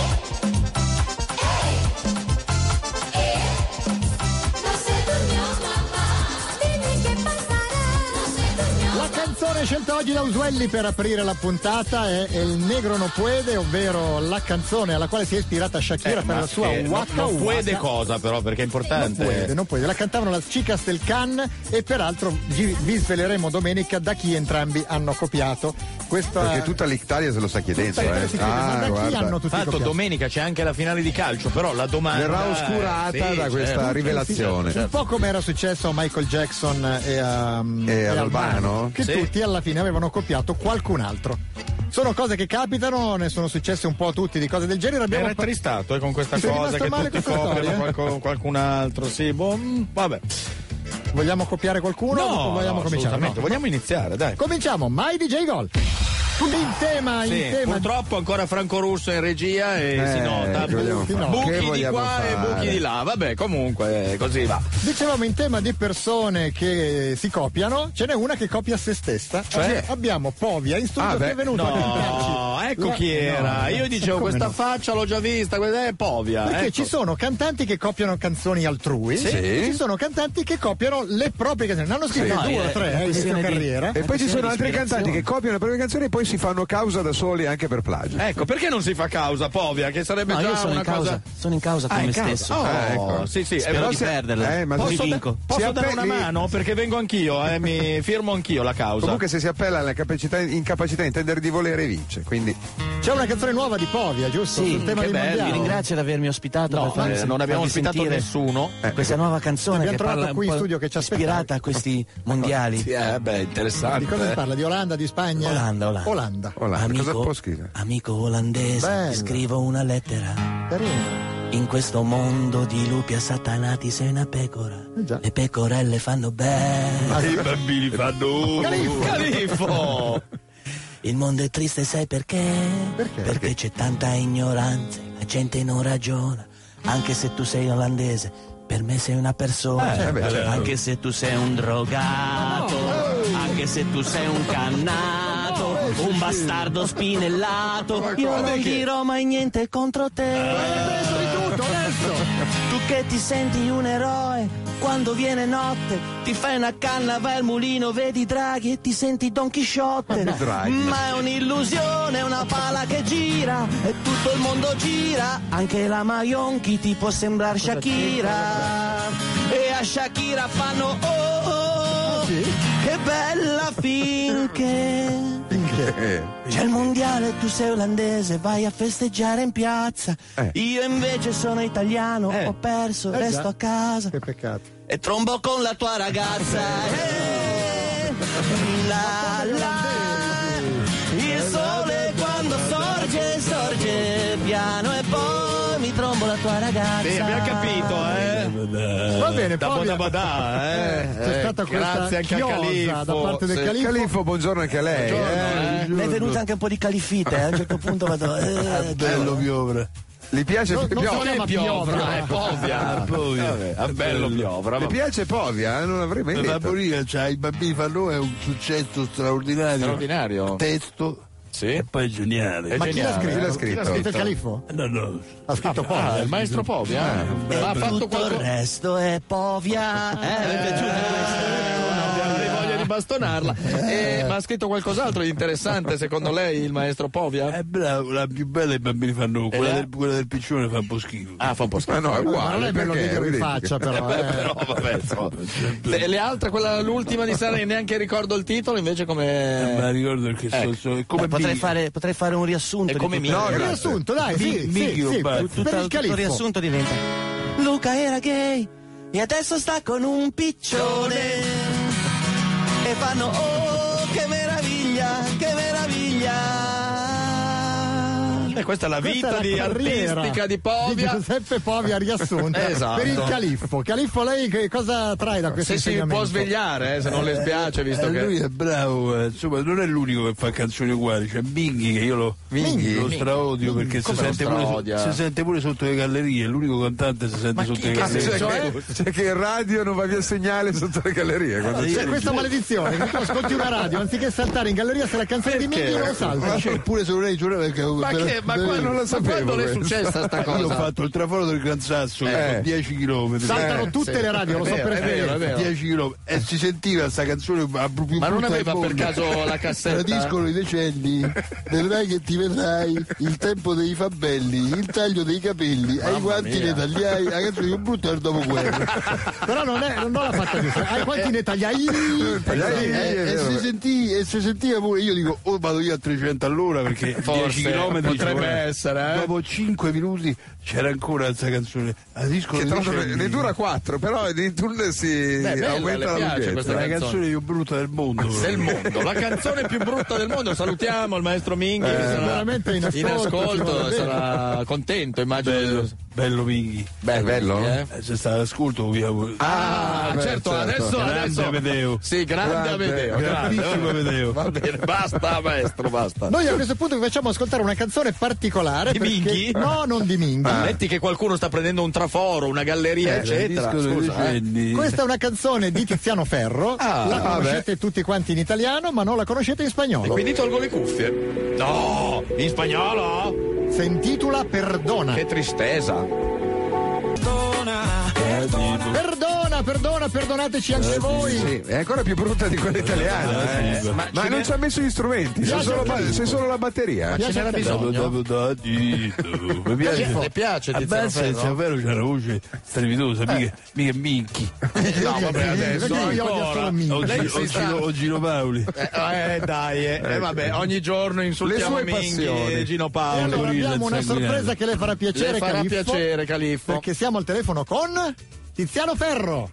S12: ¿Eh? ¿Eh? No se durmió mamá, dime qué pasará, no se durmió
S2: La canzone scelta oggi da Usuelli per aprire la puntata è El Negro No Puede, ovvero la canzone alla quale si è ispirata Shakira
S3: Eh,
S2: per
S3: ma
S2: la sua
S3: che- no-
S2: Waka
S3: non puede
S2: Waka.
S3: cosa però, perché è
S2: Non
S3: importante.
S2: puede, non puede. La cantavano las chicas del Can e peraltro gi- vi sveleremo domenica da chi entrambi hanno copiato questa.
S4: Perché tutta l'Italia se lo sta chiedendo.
S2: Tutta l'Italia
S4: Eh.
S2: si chiede, ma da chi hanno tutti
S3: Tanto
S2: copiati?
S3: domenica c'è anche la finale di calcio, però la domanda
S4: Verrà oscurata
S3: Eh, Sì,
S4: da
S3: certo.
S4: questa rivelazione.
S2: Un po' come era successo a Michael Jackson e a, e
S4: ad Albano?
S2: che
S4: Sì.
S2: tutti alla fine avevano copiato qualcun altro. Sono cose che capitano, ne sono successe un po' a tutti di cose del genere. Abbiamo
S3: Era tristato eh, con questa
S2: Sei
S3: cosa
S2: rimasto
S3: che
S2: male
S3: tutti
S2: questa
S3: coprono
S2: storia?
S3: qualco- qualcun altro. Sì, boh, mm, vabbè.
S2: Vogliamo copiare qualcuno? o vogliamo cominciare?
S3: assolutamente.
S2: No.
S3: Vogliamo iniziare, dai.
S2: Cominciamo, My DJ Gol. In tema,
S3: Sì,
S2: in Eh, tema.
S3: purtroppo ancora Franco Russo in regia e
S4: Eh,
S3: si nota
S4: che vogliamo
S3: buchi,
S4: fare?
S3: buchi
S4: Che
S3: di
S4: vogliamo
S3: qua e
S4: fare?
S3: buchi di là. Vabbè, comunque eh, così va.
S2: Dicevamo in tema di persone che si copiano, ce n'è una che copia se stessa.
S3: Cioè?
S2: Abbiamo Povia in studio
S3: Ah,
S2: che
S3: beh,
S2: è venuto a comprarci.
S3: no, ecco
S2: la-
S3: chi era.
S2: no,
S3: Io dicevo,
S2: come
S3: questa
S2: no?
S3: faccia l'ho già vista, questa è Povia.
S2: Perché
S3: ecco.
S2: ci sono cantanti che copiano canzoni altrui,
S3: Sì.
S2: e ci sono cantanti che copiano le proprie canzoni. Ne hanno scritto
S4: Sì.
S2: due
S4: No,
S2: o
S4: è-
S2: tre
S4: è
S2: eh, inizio
S4: questione di-
S2: carriera.
S4: E poi ci sono altri cantanti che copiano le proprie canzoni e poi si fanno causa da soli anche per plagio.
S3: Ecco, perché non si fa causa, Povia? Che sarebbe
S4: No,
S3: già
S4: io sono
S3: una
S4: in causa.
S3: cosa.
S4: Sono in causa con
S3: Ah, in
S4: me
S3: causa.
S4: stesso.
S3: Oh,
S4: Ah, ecco.
S3: sì, sì.
S4: Spero
S3: eh, però
S4: di
S3: se-
S4: perderla. Eh, ma
S3: posso,
S4: così
S3: da-
S4: vinco.
S3: posso
S4: Si
S3: dare una
S4: appelli-
S3: mano? Perché vengo anch'io, eh, mi firmo anch'io la causa.
S4: Comunque se si appella alla capacità, incapacità di intendere di volere vince, quindi
S2: C'è una canzone nuova di Povia, giusto?
S13: Sì,
S2: Sul tema
S13: che
S2: di
S13: bello.
S2: mondiale.
S13: vi ringrazio di avermi ospitato.
S3: No,
S13: per farmi-
S3: eh, non abbiamo
S13: farvi
S3: ospitato
S13: sentire
S3: nessuno.
S13: Questa nuova canzone
S2: Abbiamo
S13: che
S2: trovato
S13: parla un
S2: qui in
S13: po'
S2: studio che ci aspettava.
S13: ispirata a questi mondiali.
S3: Sì, eh, beh, interessante.
S2: Di cosa si parla? Di Olanda, di Spagna?
S13: Olanda, Olanda.
S2: eh. Olanda.
S13: amico, amico olandese,
S2: Bello.
S13: ti scrivo una lettera.
S2: Carino.
S13: In questo mondo di lupi assatanati sei una pecora.
S2: Eh,
S13: Le pecorelle fanno
S2: Ah,
S13: bene.
S3: I bambini fanno.
S13: Califfo.
S3: Califfo!
S13: (laughs) Il mondo è triste, sai perché? Perché? c'è tanta ignoranza, la gente non ragiona. Anche se tu sei olandese, per me sei una persona.
S14: Eh, vabbè, certo.
S13: Anche se tu sei un drogato, anche se tu sei un cannato, un bastardo spinellato,
S12: Ecco,
S13: io non dirò mai niente contro te. Tu che ti senti un eroe, quando viene notte, ti fai una canna, vai al mulino, vedi Draghi e ti senti Don Chisciotte.
S9: Ma Draghi.
S13: Ma è un'illusione, una pala che gira, e tutto il mondo gira, anche la Maionchi ti può sembrare Shakira. E a Shakira fanno oh oh, che bella finché... C'è il mondiale, tu sei olandese, vai a festeggiare in piazza.
S9: Eh.
S13: Io invece sono italiano, ho perso,
S9: Eh,
S13: resto
S9: già.
S13: a casa
S2: Che peccato.
S13: e trombo con la tua ragazza. Eh, la, la. il sole quando sorge, sorge piano e poi mi trombo la tua ragazza.
S3: Sì, abbiamo capito, eh.
S2: Va bene,
S3: da
S2: Fabio.
S3: Boda Badà, eh.
S2: C'è
S3: Eh,
S2: stata
S3: grazie
S2: questa
S3: anche al
S2: chiosa
S3: Califfo.
S2: da parte del
S3: Sì.
S2: Califo.
S4: Califo, buongiorno anche a lei.
S13: Eh,
S4: eh.
S13: mi è venuta anche un po' di califite, eh, a un certo punto vado. eh,
S4: bello
S13: piovra.
S4: Gli piace
S13: Non- non si
S4: Piovra?
S7: eh.
S13: chiama Piovra, è Povia.
S4: Ah, Povia.
S13: Vabbè,
S4: Ah,
S3: bello Piovra,
S4: Mi
S3: vabbè.
S4: piace Povia, eh, non l'avrei mai
S7: La
S4: detto.
S7: Boria, cioè, i bambini fanno è un successo straordinario.
S3: Straordinario.
S7: Eh. Testo.
S3: Sì.
S7: E poi è geniale. Eh,
S3: È Ma chi geniale. l'ha scritto?
S7: Chi
S3: Chi l'ha scritto? Il Califo?
S7: No, no.
S2: Ha scritto
S3: Povia. ah, il maestro Povia, eh.
S13: E
S3: Ma ha fatto
S13: tutto
S3: qualco-
S13: il resto è povia. Eh, mi è piaciuto
S3: Avrei voglia di bastonarla. Eh, ma ha scritto qualcos'altro di interessante, secondo lei, il maestro Povia?
S7: È Eh, bravo, la più bella i bambini fanno, quella,
S3: Eh?
S7: del, quella del piccione fa un po' schifo.
S3: Ah, fa un po' schifo.
S7: Ma no, è uguale,
S2: Ma non è bello
S7: perché?
S2: vederlo in
S7: Vedi?
S2: faccia, però.
S3: Eh,
S2: eh.
S3: beh, però, vabbè, insomma. le, le altre, quella l'ultima di Sara, neanche ricordo il titolo, invece come. Ecco.
S7: Eh, ma ricordo che so- so- come
S13: Eh, potrei,
S7: Big.
S13: fare, potrei fare un riassunto.
S3: È come
S13: di
S3: Michio.
S13: tutto.
S3: No, Un grazie. riassunto, dai, sì,
S13: Mi-
S3: sì,
S13: Michio,
S3: sì,
S13: beh,
S3: per
S13: tutto,
S3: il
S13: tutto il
S3: califfo.
S13: riassunto diventa Luca era gay e adesso sta con un piccione e fanno oh che meraviglia, che meraviglia.
S3: Eh, questa è la
S2: Questa
S3: vita
S2: è
S3: di
S2: la carriera
S3: artistica di Povia.
S2: di Giuseppe Povia riassunta
S3: (laughs) Esatto.
S2: per il Califfo. Califfo, lei che cosa trae da questo
S3: Se si
S2: insegnamento?
S3: può svegliare, eh, se non le spiace, visto
S7: Eh,
S3: che.
S7: lui è bravo, eh, insomma, non è l'unico che fa canzoni uguali, c'è Binghi che io lo,
S3: Binghi?
S7: lo straodio
S3: Binghi?
S7: perché si
S3: Come lo
S7: sente, pure,
S3: straodia?
S7: si sente pure sotto le gallerie, l'unico cantante si sente sotto le
S4: Cazzo,
S7: gallerie. (laughs)
S4: C'è che, c'è che il radio non va via il segnale sotto le
S7: Eh,
S4: gallerie. quando
S2: C'è Cioè, questa maledizione che tu ascolti una radio, anziché saltare in galleria se la canzone di Minghio non salta.
S7: Eppure se vorrei giurare Cioè, che
S2: Ma che- ma qua non la sapevo questa.
S7: eh. (laughs) Io ho fatto il traforo del Gran Sasso,
S2: Eh.
S7: che fa 10 km.
S2: Saltano tutte le radio, lo so per
S7: Eh, vero,
S2: esperienza.
S7: 10 km. E si sentiva questa canzone a più
S3: Ma non
S7: brutta del
S3: aveva
S7: mondo.
S3: per caso la cassetta?
S7: Tradiscono i decenni, vedrai che ti vedrai, il tempo dei fabbelli, il taglio dei capelli, ai guanti
S2: mia.
S7: ne tagliai, la canzone più brutta del dopoguerra.
S2: Però non, è, non l'ha fatta giusta. Ai quanti ne tagliai?
S7: Eh, e, si sentì, e si sentiva pure io dico o vado io a 300 all'ora perché
S3: Forse,
S7: 10 km
S3: potrebbe essere, eh.
S7: dopo 5 minuti c'era ancora questa canzone la disco
S4: Che
S7: dei
S4: tra l'altro ne,
S7: decenni.
S4: ne dura 4, però in tunnel si
S3: bella, le
S4: aumenta la
S3: piace
S4: lunghezza.
S3: questa
S7: è la
S3: canzone.
S7: canzone più brutta del mondo
S3: del mondo, la canzone più brutta del mondo. Salutiamo il maestro Minghi,
S7: Eh,
S3: che sarà
S7: veramente in ascolto, ci vuole
S3: ascolto,
S7: bene.
S3: sarà contento, immagino.
S7: bello, bello Minghi
S3: Bello, Minghi, eh?
S7: Eh, c'è stato ascolto via
S3: Ah,
S7: beh,
S3: certo, adesso-
S7: grande
S3: adesso-
S7: Amedeo
S3: Sì, grande Amedeo, grande.
S7: grandissimo Amedeo
S3: Va bene, basta, maestro,
S7: eh.
S3: basta.
S2: Noi a questo punto vi facciamo ascoltare una canzone particolare.
S3: Di
S2: perché-
S3: Minghi?
S2: No, non di Minghi.
S7: Ah.
S3: Metti che qualcuno sta prendendo un traforo, una galleria,
S2: Eh,
S3: eccetera.
S2: disco dei
S3: Scusa, eh.
S2: decenni. Questa è una canzone di Tiziano Ferro.
S3: Ah,
S2: la
S3: vabbè.
S2: conoscete tutti quanti in italiano, ma non la conoscete in
S3: E
S2: spagnolo.
S3: quindi tolgo le cuffie. No, in spagnolo?
S2: Si intitola Perdona.
S3: Che tristezza.
S2: Perdona, perdona, perdonateci anche voi.
S4: Sì, è ancora più brutta di quella italiana. eh. Ma,
S2: ce
S4: non
S2: n'è-
S4: ci ha messo gli strumenti, c'è
S2: Piace
S4: solo,
S2: al Califo.
S4: c'è solo la batteria.
S2: Piace al Califo.
S7: mi
S3: Califo. Le piace Tiziano
S7: Abbassa
S3: Ferro?
S7: il cervello c'è una voce strepitosa mica, mica minchi
S3: No, vabbè, adesso
S7: Perché io odio solo
S3: ancora.
S7: Minchi?
S3: Lei
S7: Oggi-
S3: si
S7: oggi
S3: sta-
S7: lo- oggi lo Paoli
S3: Eh, eh, dai, eh, eh, vabbè, ogni giorno insultiamo
S7: Le sue
S3: Minghi
S7: passioni.
S3: e Gino
S2: E
S3: Paolo.
S2: allora abbiamo una sorpresa che le farà piacere,
S3: Le farà
S2: Califfo,
S3: piacere, Califfo.
S2: Perché siamo al telefono con Tiziano Ferro.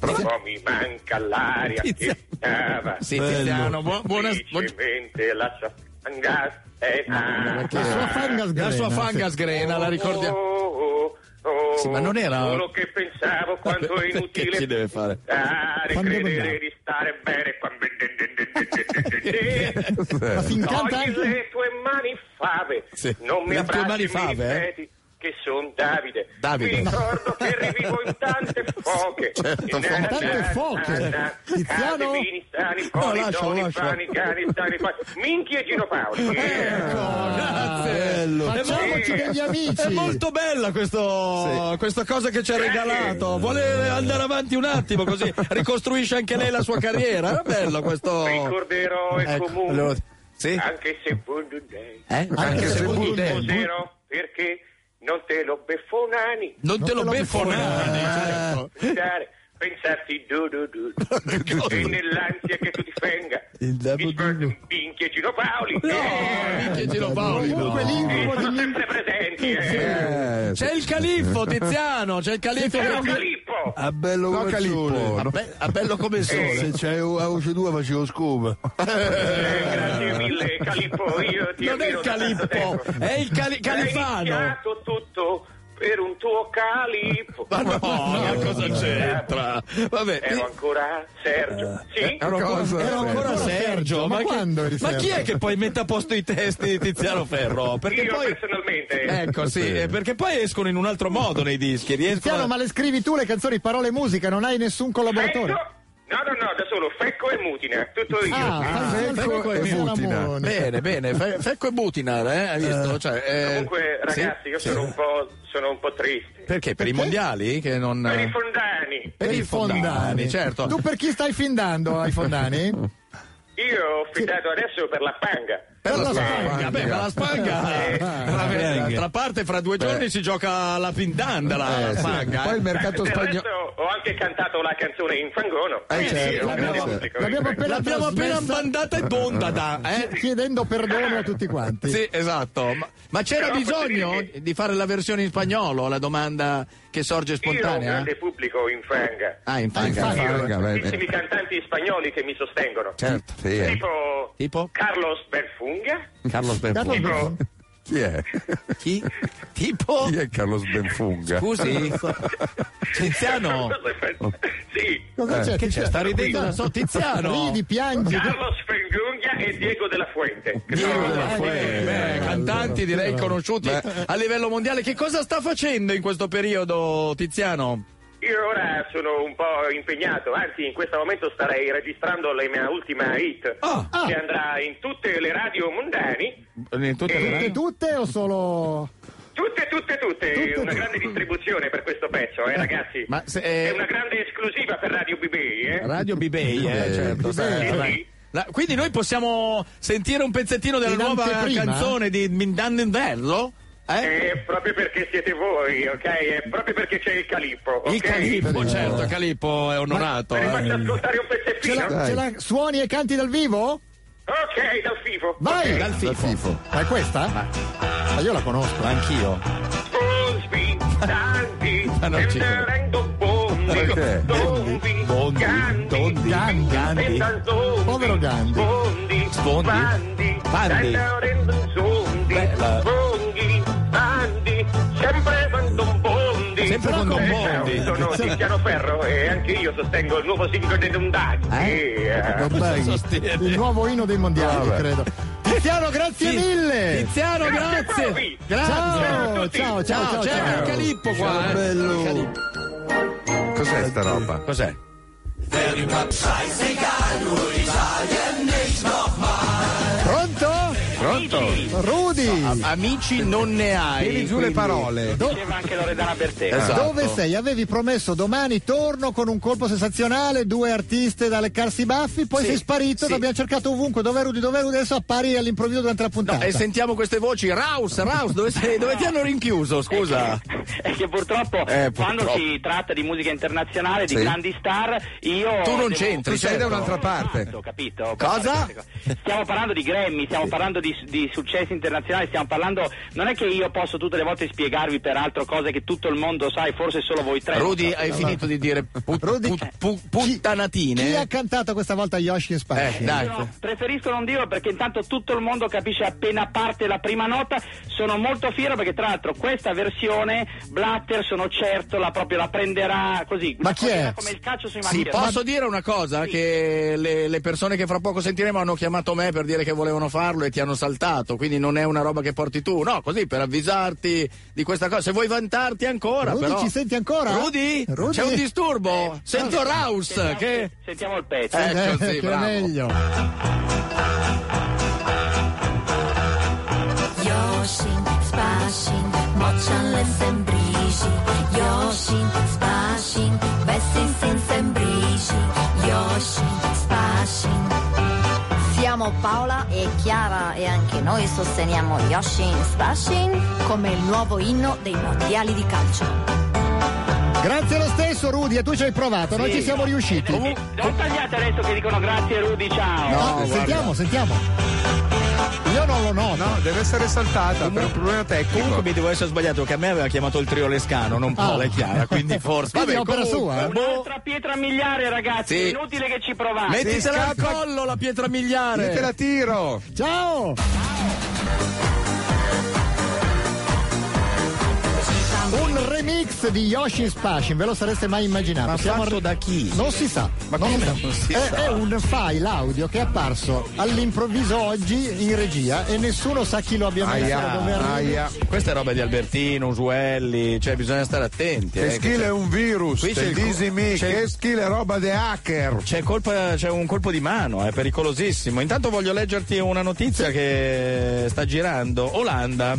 S12: Però Oh, mi manca l'aria che stava.
S3: Sì, Tiziano, buo- buona-
S12: Semplicemente Ah, la safanga è
S2: La sua fangas
S3: La sua fangas grena, la ricordiamo.
S12: Oh, oh, Oh,
S3: Sì, ma non era-
S12: Solo che pensavo quanto è inutile
S3: Che ci deve fare?
S12: pensare,
S3: Quando
S12: credere
S3: abbiamo-
S12: di stare bene quando...
S3: (laughs) Ma fin canta
S12: Togli
S3: anche-
S12: le tue mani fave,
S3: Sì.
S12: non mi
S3: Le tue
S12: abbracci,
S3: mani fave,
S12: mi
S3: eh?
S12: ripeti che sono Davide.
S3: Davide.
S12: Mi ricordo che rivivo in
S3: (laughs)
S12: tante foche.
S3: Certo,
S12: In
S3: foche. Tante foche. Tiziano?
S12: Vini, stani,
S3: No,
S12: coni,
S3: lascialo,
S12: doni,
S3: lascialo.
S12: pani, cani, stani, pani. Minchi e Gino
S3: Ecco,
S12: Paoli. Eh.
S3: Bello.
S12: Facciamoci
S3: È molto-
S12: degli
S3: È molto bella questo, questa cosa che ci ha regalato. Vuole andare avanti un attimo così ricostruisce anche lei la sua carriera. Era bello questo.
S12: Ricorderò e
S3: Ecco,
S12: comunque,
S3: allora, sì.
S12: anche se vuoi un day.
S3: Eh? Anche Anche se se vuoi un day.
S12: Scuserò perché non te lo beffonani.
S3: Non Non te te lo lo beffonani, beffonani.
S12: Pensare, pensarti du du du. e nell'ansia che tu ti fenga.
S3: Il
S12: Pinchi e Gino Paoli.
S3: Minchia, Gino Paoli, no.
S12: Eh, sono sempre presenti. Eh.
S3: C'è il califfo, Tiziano. C'è il califfo.
S12: C'è il
S3: califfo.
S7: A bello
S3: No,
S7: come il
S3: Calippo.
S7: sole.
S3: A be- a bello come il sole.
S7: Se c'è Auce 2 facevo scoop.
S12: Grazie mille, Calippo. Io ti
S3: Non è il
S12: ammiro da tanto
S3: Calippo,
S12: tempo.
S3: è il Cali-
S12: È
S3: Califano.
S12: iniziato tutto per un tuo Calippo. Eh,
S3: Ma no, ma cosa c'entra? Vabbè,
S12: Ero ancora Sergio. Sì?
S3: Eh, Ero ancora, ero ancora Sergio, ma, chi- ma chi è che poi mette a posto i testi di Tiziano Ferro? Perché
S12: Io
S3: poi
S12: personalmente.
S3: Ecco, sì, eh, perché poi escono in un altro modo nei dischi, riescono
S2: Tiziano,
S3: a-
S2: ma le scrivi tu le canzoni, parole e musica, non hai nessun collaboratore.
S12: No, no, no, da solo Fecco e Mutina, tutto io.
S3: Ah, Fecco e Butina. Bene, bene, Fe- Fecco e Butina, eh, hai visto? Cioè, eh,
S12: Comunque, ragazzi,
S3: sì,
S12: io
S3: sì.
S12: sono, un po', sono un po' triste.
S3: Perché? Per i mondiali che non eh,
S12: Per i fondani.
S3: Per i fondani, certo.
S2: Tu per chi stai findando ai
S3: (laughs)
S2: fondani?
S12: Io ho fidato adesso per la panga.
S3: Per la Spagna, beh, ma la Spagna, eh, veramente, d'altra parte fra due giorni si gioca la pindanda la, la Spagna. eh.
S12: Del resto ho anche cantato la canzone in fangono.
S3: Eh,
S12: quindi
S3: certo,
S12: un
S3: l'abbiamo-
S12: pubblico.
S2: L'abbiamo appena,
S3: L'abbiamo appena
S2: trasmessa
S3: bandata e bondata, eh?
S2: chiedendo perdono a tutti quanti.
S3: Sì, esatto. Ma, ma c'era
S12: Però posso
S3: bisogno
S12: dire
S3: di fare la versione in spagnolo, la domanda che sorge
S12: Io ho un
S3: spontanea? eh?
S12: grande pubblico in fanga.
S3: Ah, in fanga.
S12: Io ho
S3: Fanga, beh,
S12: tantissimi cantanti spagnoli che mi sostengono.
S3: Certo, sì, eh.
S12: Tipo,
S3: Tipo?
S12: Carlos Berfunga.
S3: Carlos Benfunga.
S12: Tipo,
S4: Chi è?
S3: Chi? (laughs) Tipo?
S4: Chi è Carlos Benfunga?
S3: (laughs) Scusi? Tiziano?
S12: sì.
S4: Cosa c'è,
S3: Che c'è?
S4: Tiziano?
S3: Sta ridendo, non so, Tiziano?
S2: Ridi, piangi.
S12: Carlos Berfunga e Diego della Fuente. che sono-
S3: Eh, beh, cantanti direi conosciuti a livello mondiale. Che cosa sta facendo in questo periodo, Tiziano?
S12: Io ora sono un po' impegnato, anzi in questo momento starei registrando la mia ultima hit che andrà in tutte le radio mondani,
S3: Eh,
S2: Tutte, Eh, tutte o solo...
S12: tutte, tutte, tutte, una grande distribuzione per questo pezzo, eh ragazzi.
S3: Ma se-
S12: È una grande esclusiva per Radio BB, eh.
S3: Radio B-Bay, eh, certo. sai, vabbè. La- quindi noi possiamo sentire un pezzettino della
S12: In
S3: nuova
S12: anteprima?
S3: canzone di Mindan Inverno?
S12: È Eh, proprio perché siete voi, ok? È proprio perché c'è il Calippo, ok?
S3: Il Calippo, certo, Calippo è onorato. eh.
S2: Ce la, ce la suoni e canti dal vivo?
S12: Ok, dal FIFO.
S2: Vai!
S3: Eh,
S12: Ok.
S2: Ma è questa? Ma io la conosco.
S3: Anch'io.
S12: Busby, Tanti,
S2: Ah, non ci credo.
S12: Tenderendo Bondi,
S2: Perché?
S12: Bondi, Gandhi,
S2: Gandhi, Gandhi.
S12: Gandhi,
S2: Povero Gandhi.
S12: Bondi,
S2: Spondi.
S12: Bandi,
S2: Bandi.
S12: Tenderendo Zondi,
S2: Bella.
S12: Bonghi, Bandi, sempre Bandon Bondi.
S3: Sempre Bandon
S12: Eh,
S3: Bondi.
S12: Sono Tiziano Ferro e anche io sostengo il nuovo singolo dei Dondati.
S2: Eh? Vabbè, il nuovo inno dei mondiali,
S12: Vabbè.
S2: credo. Tiziano, grazie
S12: Sì.
S2: mille!
S3: Tiziano, grazie!
S2: Ciao,
S3: Grazie!
S2: ciao, ciao, ciao,
S3: c'è
S2: ciao.
S3: il Calippo qua!
S4: Ciao,
S3: eh.
S4: bello.
S3: Calippo.
S4: Cos'è sta roba?
S3: Cos'è?
S2: Pronto?
S3: Pronto?
S2: Rudy!
S3: Amici non ne hai.
S4: Tieni giù le parole.
S3: Diceva anche Loredana Bertè.
S2: Eh. Dove sei? Esatto. Avevi promesso domani torno con un colpo sensazionale, due artiste da leccarsi i baffi, poi
S3: Sì,
S2: sei sparito,
S3: sì.
S2: ti abbiamo cercato ovunque, dove Rudy, dove Rudy, adesso appari all'improvviso durante la puntata.
S3: E sentiamo queste voci. Raus, Raus, dove, sei? dove ti hanno rinchiuso?
S5: Eh,
S3: Scusa.
S5: È che purtroppo,
S3: Eh,
S5: quando
S3: purtroppo.
S5: si tratta di musica internazionale, di
S3: Sì.
S5: grandi star, io.
S3: Tu non
S5: devo-
S3: c'entri, Tu sei certo. da un'altra parte.
S5: Esatto, capito?
S3: Cosa?
S5: Stiamo parlando di Grammy, stiamo parlando di, di successi contesto internazionale stiamo parlando, non è che io posso tutte le volte spiegarvi peraltro cose che tutto il mondo sa e forse solo voi tre.
S15: Rudy,
S5: non
S15: hai
S5: sapete.
S15: finito di dire put- put- pu-
S2: Chi
S15: puttanatine?
S2: ha cantato questa volta Yoshi in Spagna?
S15: Eh, dai.
S5: No, preferisco non dirlo perché intanto tutto il mondo capisce appena parte la prima nota. Sono molto fiero perché tra l'altro questa versione Blatter sono certo la proprio la prenderà così.
S15: Ma chi è?
S5: Come il calcio sui
S15: Sì,
S5: macchine.
S15: posso dire una cosa? Che le, le persone che fra poco sentiremo hanno chiamato me per dire che volevano farlo e ti hanno saltato, quindi non è una roba che porti tu, no? Così per avvisarti di questa cosa. Se vuoi vantarti ancora,
S2: Rudy,
S15: però.
S2: ci senti ancora?
S15: Rudy?
S2: Rudy?
S15: C'è un disturbo?
S5: Eh,
S15: Sento Raus.
S5: Sentiamo-
S15: che...
S5: Sentiamo il pezzo.
S15: Ecco,
S2: Eh,
S15: sì,
S2: che è
S15: bravo.
S2: meglio.
S12: Yoshin, Spashin, moccianle sembrici. Yoshin, Spashin, vestin sin sembrici. Yoshin, Spashin. Siamo Paola e Chiara e anche noi sosteniamo Yoshin Spashin come il nuovo inno dei mondiali di calcio.
S2: Grazie lo stesso Rudy, e tu ci hai provato, noi
S5: Sì.
S2: ci siamo riusciti.
S5: Sì, Uh, Non tagliate adesso che dicono grazie Rudy, ciao.
S2: No, sentiamo, sentiamo. Io non lo noto.
S4: No, deve essere saltata per un problema tecnico.
S3: Comunque mi devo essere sbagliato che a me aveva chiamato il trio Lescano, non Paola
S2: Ah.
S3: e Chiara,
S4: (laughs)
S3: quindi forse...
S2: Quindi
S3: Vabbè,
S2: opera
S3: comunque,
S2: sua, eh.
S3: boh,
S5: Un'altra pietra miliare ragazzi,
S3: Sì.
S5: è inutile che ci provate.
S3: Mettitela al collo la pietra miliare!
S4: Io te la tiro!
S2: Ciao! Un remix di Yoshi Spashin, ve lo sareste mai immaginato.
S3: Ma fatto da chi?
S2: Non si sa.
S3: Ma
S2: non
S3: come
S2: si sa.
S3: non si
S2: è,
S3: sa?
S2: è un file audio che è apparso all'improvviso oggi in regia e nessuno sa chi lo abbia messo.
S4: Aia,
S2: dove arriva.
S4: aia.
S3: Questa è roba di Albertino, Usuelli, cioè bisogna stare attenti. eh,
S4: Che
S3: che
S4: skill
S3: c'è-
S4: è un virus,
S3: Qui c'è
S4: te
S3: il-
S4: disi mi,
S3: c'è-
S4: che skill è roba de hacker.
S3: C'è, colpa- c'è un colpo di mano, è pericolosissimo. Intanto voglio leggerti una notizia che sta girando. Olanda.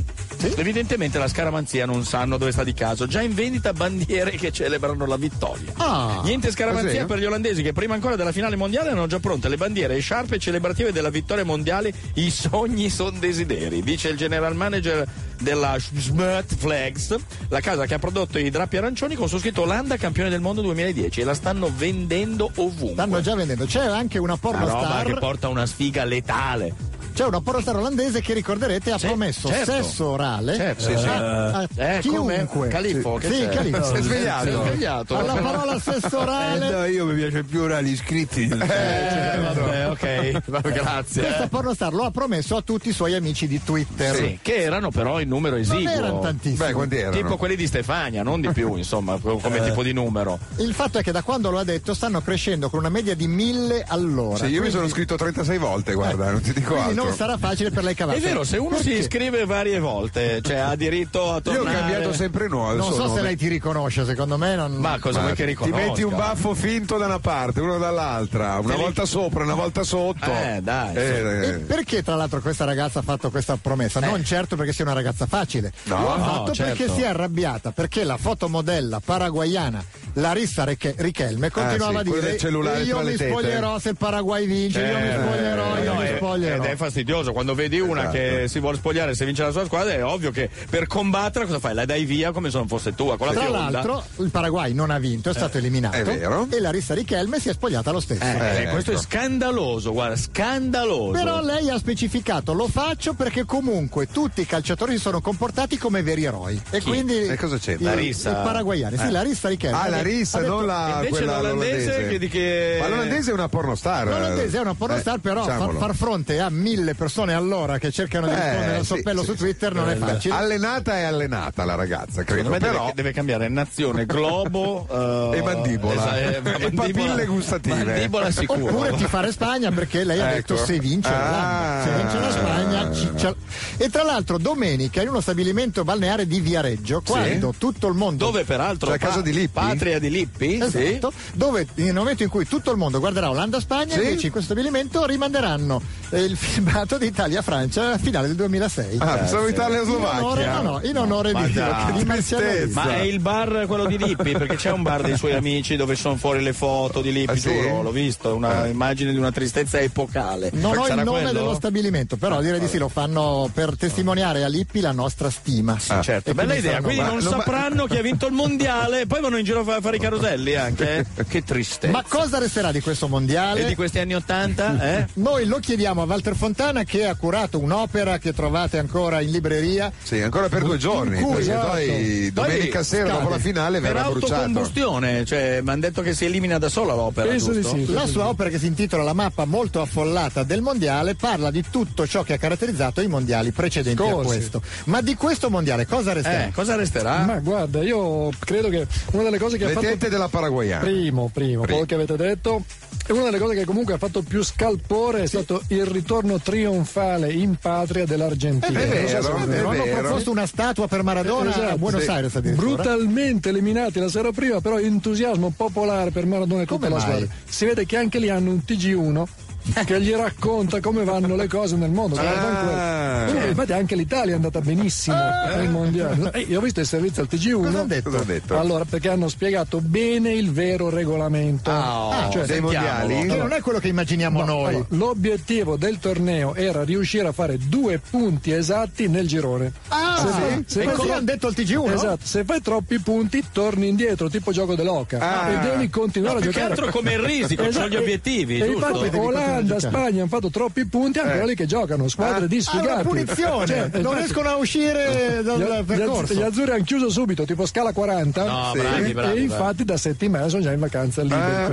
S3: Evidentemente la scaramanzia non sanno dove sta di caso. Già in vendita bandiere che celebrano la vittoria.
S2: Ah,
S3: Niente scaramanzia
S4: così?
S3: per gli olandesi che prima ancora della finale mondiale erano già pronte le bandiere e sciarpe celebrative della vittoria mondiale. I sogni sono desideri, dice il general manager della Smart Flags, la casa che ha prodotto i drappi arancioni con su scritto Olanda campione del mondo 2010 e la stanno vendendo ovunque.
S2: stanno già vendendo. C'è anche una
S3: una roba che
S2: pornostar.
S3: porta una sfiga letale.
S2: C'è una pornostar olandese che ricorderete ha promesso
S3: certo.
S2: sesso orale
S3: Certo. Sì, sì.
S2: a, a
S3: Eh,
S2: chiunque.
S3: come? Califfo, che
S2: sì,
S3: c'è?
S2: Califfo.
S3: Si è svegliato.
S2: Si è svegliato. Alla parola sesso orale.
S7: Eh, no, io mi piace più orali scritti.
S16: cioè,
S3: Eh, vabbè,
S7: (laughs)
S3: ok, va- grazie.
S2: Questa
S3: eh.
S2: pornostar lo ha promesso a tutti i suoi amici di Twitter.
S3: Sì, che erano però in numero
S2: Non
S3: esiguo.
S2: erano tantissimi.
S4: Beh, quanti erano? Eh.
S3: Tipo quelli di Stefania, non di
S2: (laughs)
S3: più, insomma, co- come tipo di numero.
S2: Il fatto è che da quando lo ha detto stanno crescendo con una media di mille all'ora.
S4: Sì, io mi sono scritto 36 volte, guarda, non ti dico
S2: Quindi
S4: altro.
S2: non sarà facile per lei
S3: È
S2: cavarsi.
S3: vero, se uno si
S2: Perché?
S3: iscrive varie volte, cioè ha diritto a
S4: Io ho
S3: tornare.
S4: cambiato sempre nuovo.
S2: Non so se lei ti riconosce, secondo me non...
S3: Ma cosa vuoi che
S4: Ti
S3: riconosca?
S4: metti un baffo finto da una parte, uno dall'altra, una volta sopra, una volta sotto.
S3: Eh, dai,
S4: Eh,
S2: E perché tra l'altro questa ragazza ha fatto questa promessa? Non certo perché sia una ragazza facile,
S4: No,
S2: lo ha
S3: Eh. no,
S2: fatto
S3: certo.
S2: perché si è arrabbiata, perché la fotomodella paraguaiana Larissa Reche- Richelme
S3: Ah,
S2: continuava
S4: sì,
S2: a
S4: quella
S2: dire
S4: del cellulare
S2: io
S4: tra le
S2: mi
S4: tete."
S2: spoglierò se il Paraguay vince, io mi
S3: Eh,
S2: spoglierò, io
S3: no,
S2: mi
S3: eh,
S2: spoglierò.
S3: Ed è fastidioso quando vedi una
S4: Esatto.
S3: che si vuole spogliare se vince la sua squadra. È ovvio che per combattere cosa fai? La dai via come se non fosse tua. Con la
S2: Tra
S3: fionda.
S2: l'altro il Paraguay non ha vinto, è stato eliminato
S4: è vero.
S2: e Larissa Richelme si è spogliata lo stesso.
S3: Eh,
S4: Eh,
S3: questo è
S4: ecco.
S3: scandaloso, guarda, scandaloso.
S2: Però lei ha specificato lo faccio perché comunque tutti i calciatori si sono comportati come veri eroi. E quindi
S4: E Eh, cosa c'entra?
S2: i-
S3: Larissa?
S2: I paraguayani, sì,
S3: Eh.
S2: Larissa Richelme.
S4: Ah, la
S2: Ha
S4: rissa,
S2: detto-
S4: non la
S3: Invece
S4: quella
S3: l'olandese che di che-
S4: Ma l'olandese è una pornostar.
S2: L'olandese è una pornostar,
S4: Eh,
S2: però far,
S4: diciamolo.
S2: far fronte a mille persone all'ora che cercano di
S4: Eh,
S2: rispondere al
S4: sì,
S2: soppello
S4: sì, Eh, ah,
S2: su
S4: sì.
S2: Twitter non è facile.
S4: Allenata è allenata la ragazza, credo.
S3: Secondo me deve-
S4: però
S3: deve, cambiare nazione, globo eh,
S4: (laughs) E mandibola.
S3: esa-
S4: (laughs)
S3: eh,
S4: E papille gustative.
S3: Mandibola sicuro.
S2: Oppure ti fare Spagna perché lei ha
S4: Ecco.
S2: detto se vince
S4: Ah.
S2: l'Olanda. Se vince la Spagna, ciccia. E tra l'altro domenica in uno stabilimento balneare di Viareggio, quando tutto il mondo
S3: Dove peraltro?
S4: Cioè, a casa di Lippi?
S3: Patria di Lippi?
S2: Esatto, dove nel momento in cui tutto il mondo guarderà Olanda-Spagna,
S4: Sì.
S2: invece in questo stabilimento rimanderanno eh, il (laughs) filmato di Italia-Francia alla finale del 2006.
S4: Ah, pensavo Italia e
S2: in onore,
S4: Slovacchia.
S2: no, no, in onore
S3: Ma
S2: di,
S3: dai,
S2: di Marciano
S4: tristezza.
S2: Lippi.
S3: Ma è il bar quello di Lippi? Perché c'è un bar dei suoi amici dove sono fuori le foto di Lippi,
S4: Ah, sì? Eh.
S3: giuro, l'ho visto, una immagine di una tristezza epocale.
S2: Non ho il
S3: Sarà
S2: nome
S3: quello?
S2: dello stabilimento, però direi di sì, lo fanno per testimoniare a Lippi la nostra stima.
S3: Sì, certo,
S2: E
S3: bella idea,
S2: saranno-
S3: quindi
S2: Ma-
S3: non
S4: no, ma-
S3: sapranno chi ha vinto il mondiale, poi vanno in giro a fa- fare i
S4: (laughs)
S3: caroselli anche. eh? Che tristezza.
S2: Ma cosa resterà di questo mondiale?
S3: E di questi anni 80? Eh?
S2: (laughs) Noi lo chiediamo Salutiamo Walter Fontana che ha curato un'opera che trovate ancora in libreria.
S4: Sì, ancora per due giorni.
S2: In cui-
S4: perché
S2: esatto.
S4: poi domenica sera, dopo la finale, verrà
S16: per
S4: bruciato.
S16: autocombustione, cioè, mi hanno detto che si elimina da sola l'opera. giusto?
S2: La sua opera che si intitola La mappa molto affollata del mondiale parla di tutto ciò che ha caratterizzato i mondiali precedenti a
S8: Scorsi. Eh,
S2: questo. Ma di questo mondiale Eh, cosa resterà?
S8: Ma guarda, io credo che una delle cose che
S4: Le
S8: ha fatto.
S4: tette della paraguayana.
S8: Primo, primo, quello che avete detto. E una delle cose che comunque ha fatto più scalpore è stato il ritorno trionfale in patria dell'Argentina.
S2: È
S8: Non
S2: vero,
S8: so se
S2: è
S8: avete-
S2: vero. Hanno proposto una statua per Maradona a
S8: Esatto.
S2: Buenos Aires addirittura.
S8: Brutalmente eliminati la sera prima, però entusiasmo popolare per Maradona e tutta
S2: Come
S8: la
S2: mai?
S8: squadra. Si vede che anche lì hanno un
S2: (laughs)
S8: TG1 che gli racconta come vanno le cose nel mondo.
S4: Ah.
S8: Guarda, quello. Cioè, infatti anche l'Italia è andata benissimo
S4: Ah.
S8: al mondiale. Eh, io ho visto il servizio al TG1.
S4: Cosa hanno detto? Cosa hanno detto?
S8: Allora, perché hanno spiegato bene il vero regolamento. cioè,
S4: Ah, dei mondiali?
S2: Che non è quello che immaginiamo
S8: No,
S2: noi.
S8: allora, l'obiettivo del torneo era riuscire a fare due punti esatti nel girone.
S2: Ah,
S8: Se fai-
S2: sì?
S8: se
S2: E
S8: fai
S2: così
S8: tro-
S2: hanno detto al TG1?
S8: Esatto, se fai troppi punti torni indietro, tipo gioco dell'Oca.
S16: Ah.
S8: E devi
S16: No,
S8: continuare a
S16: più che
S8: giocare.
S16: altro come il risico,
S8: Esatto,
S16: sono gli
S8: e-
S16: obiettivi,
S8: E
S16: giusto?
S8: infatti
S16: Devi continuare a
S8: Olanda,
S16: giocare.
S8: Spagna hanno fatto troppi punti, anche
S16: Eh.
S8: quelli che giocano, squadre
S2: Ah,
S8: di sfigati.
S2: allora punizione, non
S8: esatto.
S2: riescono a uscire dal
S8: (laughs) Gli- gli az-
S2: percorso.
S8: Gli azzurri hanno chiuso subito, tipo scala 40.
S16: No,
S8: Sì.
S16: bravi,
S8: e,
S16: bravi,
S8: e infatti da settimana sono già in vacanza liberi.
S4: Ah.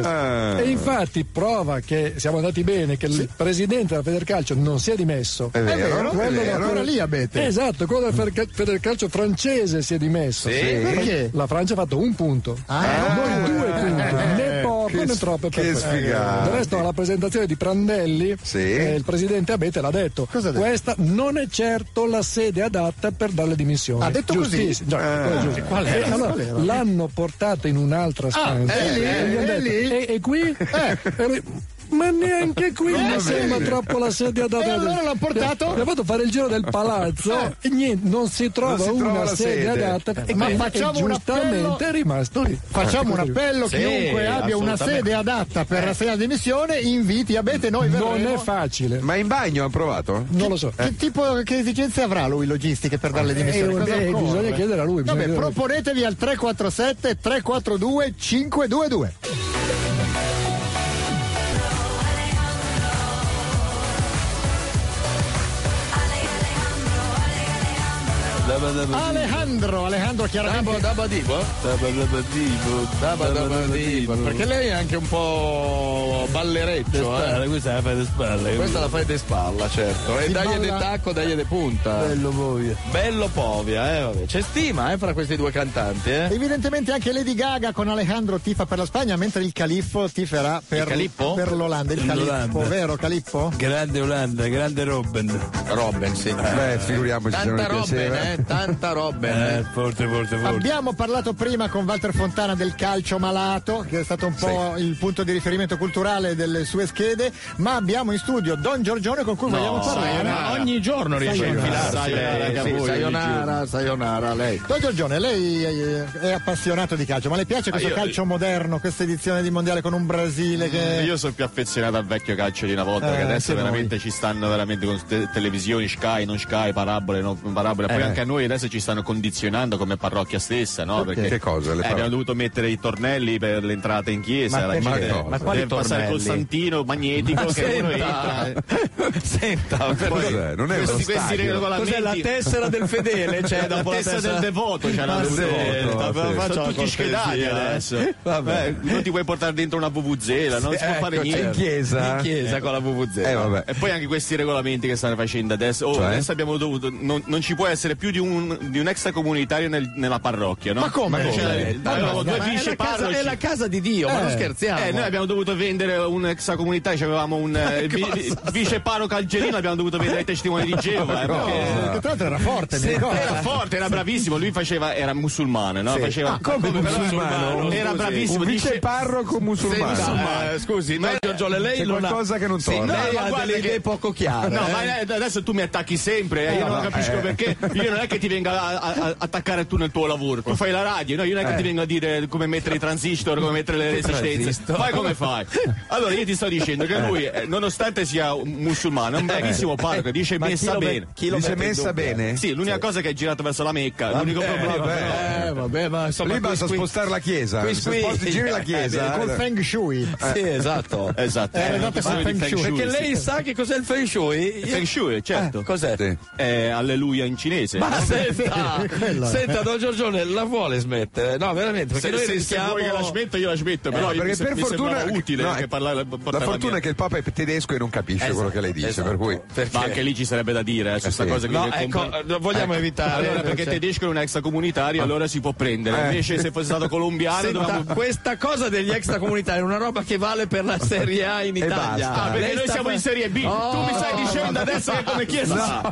S8: questo. E infatti prova che siamo andati bene, che il presidente della Federcalcio non si è dimesso.
S4: È vero, è
S8: quello
S4: vero.
S8: della-
S4: Ancora lì a Bete.
S8: Esatto, quello del Federca- Federcalcio francese si è dimesso.
S4: Sì? Perché?
S8: La Francia ha fatto un punto.
S2: Ah.
S8: Ah. Noi due punti,
S2: Eh.
S8: né poco né troppo. per
S4: che
S8: questo.
S4: sfigati.
S8: Del resto alla presentazione di Prandelli,
S4: Sì.
S8: eh, il presidente Abete l'ha detto.
S2: Cosa ha detto?
S8: Questa non è certo la sede adatta per dare le dimissioni.
S2: Ha detto così?
S8: Giustissimo. Già,
S2: Ah.
S8: quello è giusto.
S2: Qual era?
S8: Eh, allora,
S2: Qual era?
S8: L'hanno portata in un'altra stanza.
S2: eh, lì,
S8: e, gli
S2: eh,
S8: hanno detto,
S2: lì.
S8: "E- e qui? Eh, E lui, ma neanche qui
S2: Non va
S8: mi sembra
S2: bene.
S8: troppo la sede adatta.
S2: E allora l'hanno portato? Eh.
S8: Gli ha fatto Eh, fare il giro del palazzo e niente, non si trova
S2: Non si trova
S8: una
S2: la
S8: sede,
S2: sede. Eh,
S8: adatta. E
S2: Ma
S8: quindi- e
S2: facciamo un
S8: giustamente
S2: appello-
S8: è rimasto lì.
S2: Facciamo un appello,
S8: Ecco. Sì,
S2: chiunque abbia una
S8: assolutamente. Eh.
S2: sede adatta per la sede di missione, inviti a Bete, noi verremo.
S8: Non è facile.
S4: Ma in bagno ha provato? Eh.
S8: Non lo so.
S2: Che tipo che esigenze avrà lui logistiche per dare le
S8: Eh,
S2: dimissioni? Cosa
S8: eh,
S2: occorre?
S8: bisogna chiedere a lui, bisogna
S2: Vabbè,
S8: chiedere a lui.
S2: proponetevi al 347 342 522. Alejandro, Alejandro chiaramente
S16: Perché lei è anche un po' ballereccio, eh.
S7: Questa la fai di spalle.
S16: Questa la fai de spalla, certo. E
S7: Si
S16: dagli de
S7: balla-
S16: tacco, dagli de punta.
S7: Bello povia.
S16: Bello povia, eh, vabbè. C'è stima, eh, fra questi due cantanti, eh.
S2: Evidentemente anche Lady Gaga con Alejandro tifa per la Spagna, mentre il Califfo tiferà per,
S7: Il Calippo?
S2: per l'Olanda. Il Calippo,
S7: L'Olanda.
S2: vero Calippo?
S7: Grande Olanda, grande Robben.
S16: Robben, sì.
S4: Beh, figuriamoci se non
S16: Tanta
S4: gli piaceva.
S16: roba, eh, tanta roba.
S7: Eh, forte, forte, forte.
S2: Abbiamo parlato prima con Walter Fontana del calcio malato, che è stato un po' il punto di riferimento culturale delle sue schede, ma abbiamo in studio Don Giorgione con cui vogliamo parlare.
S3: Ma ogni giorno riesce a infilarsi.
S16: Sayonara,
S3: lei, sì,
S16: eh. sì, sayonara, sayonara, lei.
S2: Don Giorgione, lei eh, è appassionato di calcio, ma le piace
S9: Ma
S2: questo
S9: io- eh,
S2: calcio moderno, questa edizione di mondiale con un Brasile che...
S9: Io sono più affezionato al vecchio calcio di una volta,
S2: Eh,
S9: che adesso
S2: anche noi.
S9: veramente ci stanno veramente con te- televisioni, Sky, non Sky, parabole, non parabole. Poi
S4: Eh.
S9: anche a noi adesso ci stanno condizionando come parrocchia stessa, no?
S4: Perché? Che cosa, le
S9: eh,
S4: parole?
S9: abbiamo dovuto mettere i tornelli per l'entrata in chiesa.
S4: Ma
S9: la
S4: perché?
S9: gente
S4: Ma cosa?
S9: deve
S4: Ma quali
S9: passare
S4: tornelli?
S9: col santino magnetico che uno
S16: Senta.
S3: Eh,
S9: entra.
S16: Senta,
S4: Ma cos'è? Non è uno
S9: Ah, questi, questi
S4: stadio.
S9: regolamenti
S16: Cos'è la tessera del fedele? Cioè,
S9: (laughs) la
S16: dopo la
S9: tessera
S16: tessera-
S9: del devoto c'è la
S16: Ma sì,
S4: sì.
S9: sono
S16: Faccio
S9: tutti
S16: la
S9: schedati
S16: cortesia,
S9: adesso
S16: eh. Vabbè.
S9: Eh, non ti puoi portare dentro una vuvuzela non si può
S16: Ecco,
S9: fare
S16: certo.
S9: niente
S16: In chiesa? In chiesa con la vuvuzela.
S9: Eh,
S4: vabbè.
S9: e poi anche questi regolamenti che stanno facendo adesso oh,
S4: Cioè?
S9: adesso abbiamo dovuto non, non ci può essere più di un, di un extracomunitario nel- nella parrocchia no?
S2: Ma come?
S9: Cioè,
S2: Ma
S9: avevamo
S2: no,
S9: due
S2: ma
S16: è
S9: bisce
S16: la casa-
S9: parroci
S16: è la casa di Dio, ma non scherziamo.
S9: eh, noi abbiamo dovuto vendere un extracomunitario, avevamo un eh, vi- vice parroco algerino, abbiamo dovuto vendere ai testimoni di Geova. eh, perché-
S2: Che tra l'altro era forte, mi ricordo.
S9: era forte, era bravissimo. Lui faceva, era musulmano, no?
S4: Sì.
S9: Faceva
S4: Ah, come
S9: però
S4: musulmano?
S9: Era
S4: Scusi.
S9: bravissimo.
S4: Un vice
S9: dice-
S4: parroco musulmano.
S9: Senta, eh, scusi, no, Giorgio, lei
S4: C'è
S9: non ha-
S4: qualcosa che non
S9: Sì,
S2: Eh,
S4: torna.
S9: no, ma
S16: Lei ha
S9: guarda
S16: delle
S9: che-
S16: idee poco chiare.
S9: No,
S16: eh.
S9: ma eh, adesso tu mi attacchi sempre, eh, io non
S4: no,
S9: capisco
S4: eh.
S9: perché. Io non è è che ti venga a, a- a- attaccare tu nel tuo lavoro, tu fai la radio, no? io non è che
S17: Eh.
S9: ti venga a dire come mettere i transistor, come mettere le
S17: Il
S9: resistenze.
S17: transistor.
S9: Fai come fai. Allora io ti sto dicendo che lui, eh, nonostante sia un musulmano, è un bravissimo parroco, dice
S4: Eh. Ma chi
S9: messa
S4: lo met-
S9: bene.
S4: chi lo Dice mette in messa dubbio? bene?
S9: Sì, l'unica cosa è che è girato verso la Mecca,
S4: Ah,
S9: l'unico
S4: eh,
S9: problema.
S4: vabbè.
S9: però.
S4: Eh, vabbè, ma insomma, Lì qui- basta qui- spostare la chiesa. qui- Se qui- sposti- giri la chiesa,
S2: Col
S4: eh.
S2: feng shui.
S9: Mm. Sì, esatto. Esatto.
S2: Eh, esatto, sul
S9: parlo di
S2: feng shui.
S9: shui,
S3: Perché
S9: sì.
S3: lei sa che cos'è il feng shui?
S9: Il Feng Shui, certo.
S3: cos'è?
S9: È alleluia in cinese.
S3: Ma
S9: No?
S3: senta, senta, Don Giorgione, la vuole smettere? No, veramente, perché
S9: se,
S3: noi
S9: se- se
S3: rischiamo...
S9: vuoi che la smetto, io la smetto. Però
S4: Eh,
S9: io-
S4: perché
S9: mi, se-
S4: per
S9: mi
S4: fortuna-
S9: sembrava utile
S4: no,
S9: che
S4: eh,
S9: parlare.
S4: La
S9: portare
S4: fortuna
S9: mia.
S4: è che il Papa è tedesco e non capisce
S9: Esatto,
S4: quello che lei dice, per cui
S9: Ma anche lì ci sarebbe da dire eh, su sta
S4: sì.
S9: cosa che
S4: No,
S9: io
S4: ecco,
S9: compro-
S4: eh, vogliamo evitare,
S9: Allora,
S4: eh,
S9: perché
S4: cioè-
S9: tedesco è un
S4: Ah.
S9: extracomunitario, allora si può prendere.
S3: Eh.
S9: Invece, se fosse stato colombiano,
S3: Senta,
S9: dovevamo-
S3: questa cosa degli extracomunitari è una roba che vale per la Serie A in
S9: E
S3: Italia.
S9: basta. Ah, perché
S3: Lei
S9: noi
S3: sta
S9: siamo in Serie B. Tu
S3: Oh.
S9: mi stai dicendo adesso che come chiesa-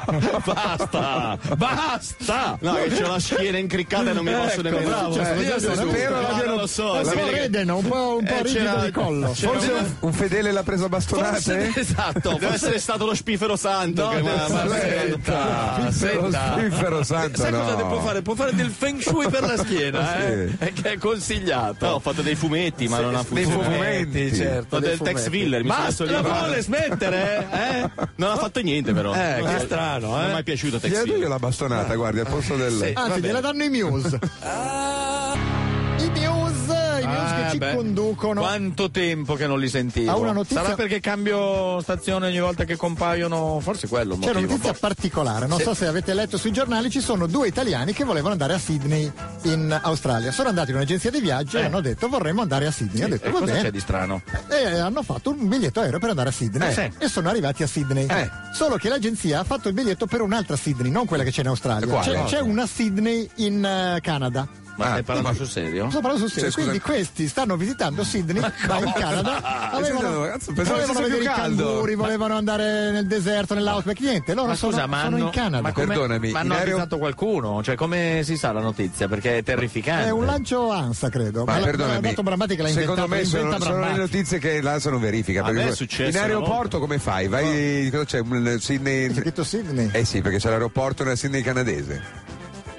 S3: Basta. Basta. Ecco.
S9: No, che c'ho la schiena incriccata e non mi posso nemmeno- cioè,
S2: eh,
S9: io
S2: esatto,
S9: sono
S2: un
S9: vero,
S2: po'
S9: ma non lo so,
S4: eh,
S2: Un
S9: si
S2: po'
S9: vede che-
S2: redeno, un po', un po'
S9: Eh,
S2: rigido
S9: c'era-
S2: di collo.
S9: c'era
S2: Forse
S9: una-
S4: Un fedele l'ha presa a bastonate?
S9: Forse- (laughs) esatto, deve essere stato lo spifero santo.
S4: No,
S9: che- ma-
S4: no,
S9: ma-
S4: senta, senta. Lo spifero santo,
S3: Sai
S4: no.
S3: cosa ne può fare? Può fare del feng shui per la
S4: (laughs)
S3: schiena, eh? È che è consigliato.
S9: No, ho fatto dei fumetti, ma
S3: Sì,
S9: non ha
S3: dei
S9: funzionato.
S3: fumetti, certo,
S9: Ho
S3: dei
S9: del Tex
S3: fumetti.
S9: Willer. mi
S3: Ma
S9: sono messo lì
S3: la
S9: a fare.
S3: vuole smettere, eh?
S9: Non ha fatto niente, però.
S3: Eh,
S9: Non
S3: che
S9: so-
S3: strano,
S9: Non
S3: eh.
S9: mi è mai piaciuto Tex
S4: Gli
S9: Willer.
S4: io la bastonata, guardi, al posto del...
S2: Anzi, gliela danno i
S9: (laughs)
S2: Muse. I Muse, i Muse
S9: Ah,
S2: che
S3: Eh,
S2: ci
S3: beh.
S2: conducono.
S3: Quanto tempo che non li sentivo.
S2: A una notizia-
S3: Sarà perché cambio stazione ogni volta che compaiono, forse quello è il
S2: C'è una
S3: motivo.
S2: notizia particolare, non so se avete letto sui giornali, ci sono due italiani che volevano andare a Sydney in Australia. Sono andati in un'agenzia di viaggio e hanno detto vorremmo andare a Sydney. Ho detto,
S3: Eh,
S2: "Va
S3: cosa
S2: bene."
S3: c'è di strano?
S2: e eh, hanno fatto un biglietto aereo per andare a Sydney
S3: Eh, sì.
S2: e sono arrivati a Sydney. Solo che l'agenzia ha fatto il biglietto per un'altra Sydney, non quella che c'è in
S3: E
S2: Australia.
S3: quale?
S2: C'è, c'è una Sydney in eh, Canada.
S3: Ma stai parlando sul serio?
S2: Sto parlando sul serio.
S3: Cioè, scusa-
S2: quindi questi stanno visitando Sydney ma in
S3: cosa?
S2: Canada.
S3: Eh,
S2: Avevano,
S3: scusa,
S4: cazzo, pensavo
S2: volevano
S4: fosse più
S2: vedere i
S4: caldo.
S2: canguri, volevano andare nel deserto, nell'outback, niente. Loro
S3: Ma
S2: sono,
S3: scusa, ma
S2: sono
S3: hanno,
S2: in Canada.
S3: ma come- ma hanno avvisato qualcuno? Cioè, come si sa la notizia? Perché è terrificante.
S2: È un lancio ANSA, credo.
S4: Ma
S2: la-
S4: perdonami,
S2: dato Brambati che l'ha
S4: secondo
S2: inventato,
S4: me
S2: l'ha
S4: sono,
S2: inventa
S4: sono le
S2: Brambati.
S4: notizie che l'ANSA non verifica.
S9: A
S4: perché
S9: me è
S4: que-
S9: successo
S4: in
S9: una
S4: aeroporto come fai? Vai, cosa c'è? Un- eh, Sydney...
S2: Sydney?
S4: Eh sì, perché c'è l'aeroporto nella Sydney canadese.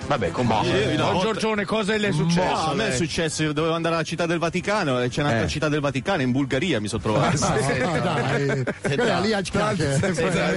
S3: Vabbè, con
S9: Don
S3: Boh. Giorgione, cosa le è successo?
S9: a me è
S3: lei?
S9: successo, io dovevo andare alla città del Vaticano e c'è un'altra
S4: Eh.
S9: città del Vaticano in Bulgaria mi sono trovato.
S3: Ah,
S2: No, no, Ah, dai. Quella lì al
S4: (laughs)
S3: Eh,
S4: Tanto,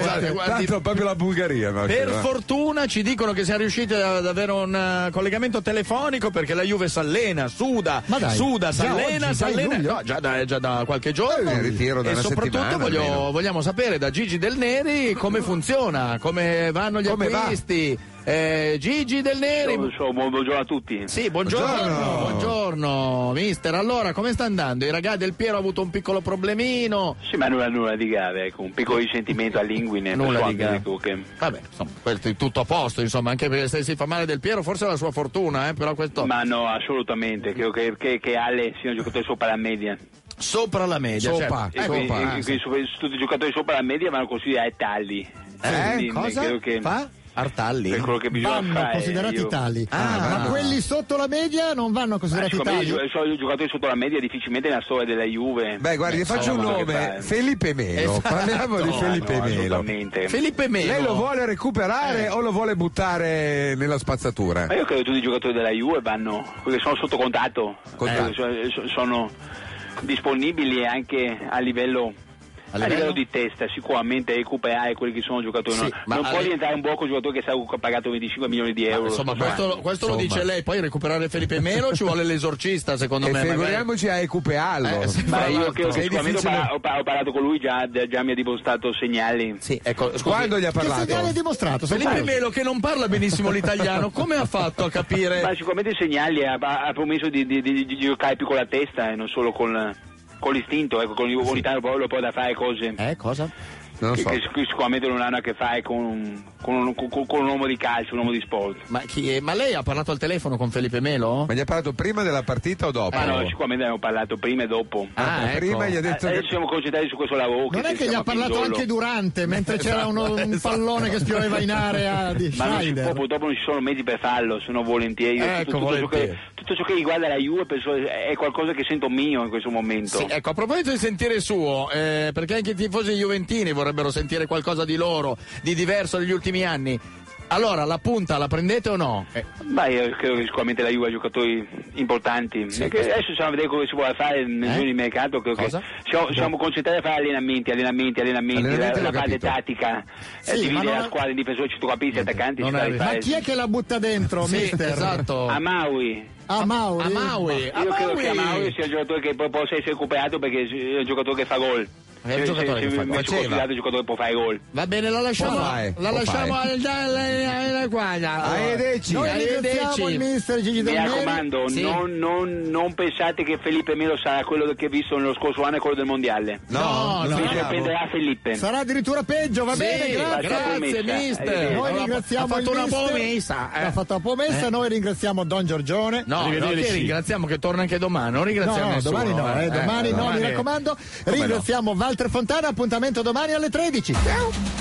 S4: tanto proprio la Bulgaria. no?
S3: Esatto, Per
S4: Cioè, va.
S3: fortuna ci dicono che siamo riusciti ad avere un eh, collegamento telefonico perché la Juve s'allena, suda,
S4: Ma dai,
S3: suda,
S4: già oggi,
S3: s'allena,
S4: già in
S3: s'allena.
S4: luglio?
S3: No, già, da, già da qualche giorno.
S4: il Eh, ritiro da
S3: e
S4: una
S3: soprattutto
S4: settimana
S3: voglio-
S4: almeno.
S3: vogliamo sapere da Gigi Del Neri come funziona, come vanno gli
S4: Come va?
S3: acquisti. Eh, Gigi Del Neri.
S11: buongiorno a tutti.
S3: Sì, buongiorno, buongiorno, mister. Allora, come sta andando? I ragazzi del Piero hanno avuto un piccolo problemino.
S11: Sì, ma nulla, nulla di grave, ecco, un piccolo risentimento a linguine.
S3: Nulla
S11: per quanto
S3: di grave.
S11: dico che-
S3: Vabbè, insomma, questo è tutto a posto, insomma, anche perché se si fa male del Piero, forse è la sua fortuna, eh, però questo
S11: Ma no, assolutamente, credo che, che, che Ale sia un giocatore sopra la media.
S3: sopra la media.
S11: Sopra,
S3: certo. Eh,
S11: quindi,
S3: quindi-
S11: quindi so- tutti i giocatori sopra la media vanno considerati tagli.
S3: Eh,
S11: Quindi,
S3: cosa?
S11: credo che
S3: Fa? Artalli?
S11: per quello che bisogna
S2: Vanno
S11: fare
S2: considerati
S11: io-
S2: tali. ma quelli sotto la media non vanno considerati
S11: Secondo me
S2: tali.
S11: Ah, i gio- so- i giocatori sotto la media difficilmente nella storia della Juve.
S4: Beh,
S3: Eh,
S4: guardi,
S11: Beh,
S4: le faccio un
S11: insomma, che
S4: nome,
S11: fai.
S4: Felipe Melo.
S11: Esatto.
S4: Parliamo di
S11: No,
S4: Felipe
S11: no,
S4: Melo.
S11: assolutamente.
S3: Felipe Melo. Eh.
S4: Lei lo vuole recuperare o lo vuole buttare nella spazzatura?
S11: Ma io credo che tutti i giocatori della Juve vanno, quelli che sono sotto contatto,
S4: Contatto.
S11: eh, so- so- sono disponibili anche a livello, a livello
S3: livello?
S11: di testa, sicuramente recuperare quelli che sono giocatori.
S3: Sì,
S11: no?
S3: ma
S11: non
S3: a
S11: può
S3: li-
S11: diventare un buoco giocatore che sarà pagato 25 milioni di euro.
S3: Insomma, questo, questo lo dice lei, poi recuperare Felipe Melo ci vuole l'esorcista, secondo
S4: E
S3: me. magari.
S4: figuriamoci a Ecupeallo.
S3: Eh, sì,
S11: Ma
S3: fra
S11: io
S3: l'altro.
S11: credo che
S3: È
S11: sicuramente ho,
S3: difficile-
S11: par- ho par- ho parlato con lui, già, già mi ha dimostrato segnali.
S3: ecco, scusi.
S4: Quando gli ha
S2: Che segnale
S4: parlato?
S2: hai dimostrato? Sono
S3: Felipe
S2: curioso.
S3: Melo che non
S4: (laughs)
S3: parla benissimo l'italiano, come ha fatto a capire?
S11: Ma sicuramente segnali ha, ha promesso di, di- di- di giocare più con la testa e non solo con, con l'istinto, ecco, con il volontario proprio poi da fare cose
S3: Eh, cosa?
S4: Non lo
S11: che,
S4: so.
S11: che sic- sicuramente non hanno a che fare con, con un, con- con un uomo di calcio, un uomo di sport.
S3: Ma, chi è- ma lei ha parlato al telefono con Felipe Melo?
S4: Ma gli ha parlato prima della partita o dopo?
S11: Ma Ah, no, sicuramente abbiamo parlato prima e dopo.
S3: Oh, Ah, ecco.
S4: prima gli ha detto
S11: Adesso
S4: che...
S11: siamo concentrati su questo lavoro.
S2: Non è che gli
S11: siamo
S2: ha parlato
S11: in
S2: anche
S11: dolo.
S2: durante, mentre c'era uno- un pallone che spioveva in area di
S11: Ma non si può,
S2: Schneider.
S11: purtroppo non ci sono mezzi per farlo, sono volentieri. Io
S3: Ecco,
S11: tutto, tutto
S3: volentieri.
S11: Ciò che, tutto ciò che riguarda la Juve penso è qualcosa che sento mio in questo momento.
S3: Sì, ecco, a proposito di sentire suo, eh, perché anche i tifosi juventini vorrebbero sentire qualcosa di loro, di diverso degli ultimi anni. Allora, la punta la prendete o no? Eh,
S11: Ma io credo che sicuramente la Juve ha giocatori importanti.
S3: Sì,
S11: E che
S3: questo-
S11: adesso stiamo a vedere cosa si vuole fare
S2: Eh?
S11: nel giorno di mercato. Credo
S3: Cosa?
S11: che siamo, siamo concentrati a fare allenamenti, allenamenti, allenamenti,
S2: Allenamenti
S11: la, la
S2: l'ho
S11: parte
S2: capito.
S11: tattica,
S2: Sì,
S11: eh,
S2: ma
S11: dividere
S2: non
S11: la
S2: è-
S11: squadra in difensori, centrocampisti, attaccanti. si
S2: Ma
S11: deve fare-
S2: chi è che la butta dentro,
S11: Sì,
S2: mister?
S11: esatto. A Maui.
S2: A Maui.
S11: Io
S3: Eh,
S11: credo che Mauri sia un giocatore che poi possa essere recuperato perché è un giocatore che fa gol.
S3: È un giocatore che fa gol.
S11: Se- se- se- se-
S3: Faceva.
S11: considerato un giocatore che può fare gol.
S3: Va bene, la lasciamo,
S11: Può fare,
S3: la
S11: può
S3: lasciamo
S11: fare.
S3: al- al- al- alla guardia.
S11: Arrivederci.
S2: Noi ringraziamo il mister Gigi
S11: Mi
S2: Donnelly.
S11: raccomando,
S2: Sì.
S11: non, non- non pensate che Felipe Melo sarà quello che ho visto nello scorso anno e quello del mondiale.
S2: No, no,
S11: Mi
S2: no.
S11: sorprenderà Felipe.
S2: Sarà addirittura peggio, va
S11: Sì,
S2: bene, grazie.
S11: grazie, mister. Arrivederci.
S2: Noi
S11: Ha
S2: ringraziamo
S11: fatto
S2: il
S11: una
S2: mister.
S11: buona messa, eh.
S2: L'ha fatta un po' messa,
S3: Eh.
S2: noi ringraziamo Don Giorgione.
S3: No, no, che ringraziamo che torna anche domani. Non ringraziamo
S2: No, no,
S3: nessuno,
S2: domani no, eh, domani no, mi raccomando.
S3: no?
S2: Ringraziamo Walter Fontana, appuntamento domani alle 13. Ciao.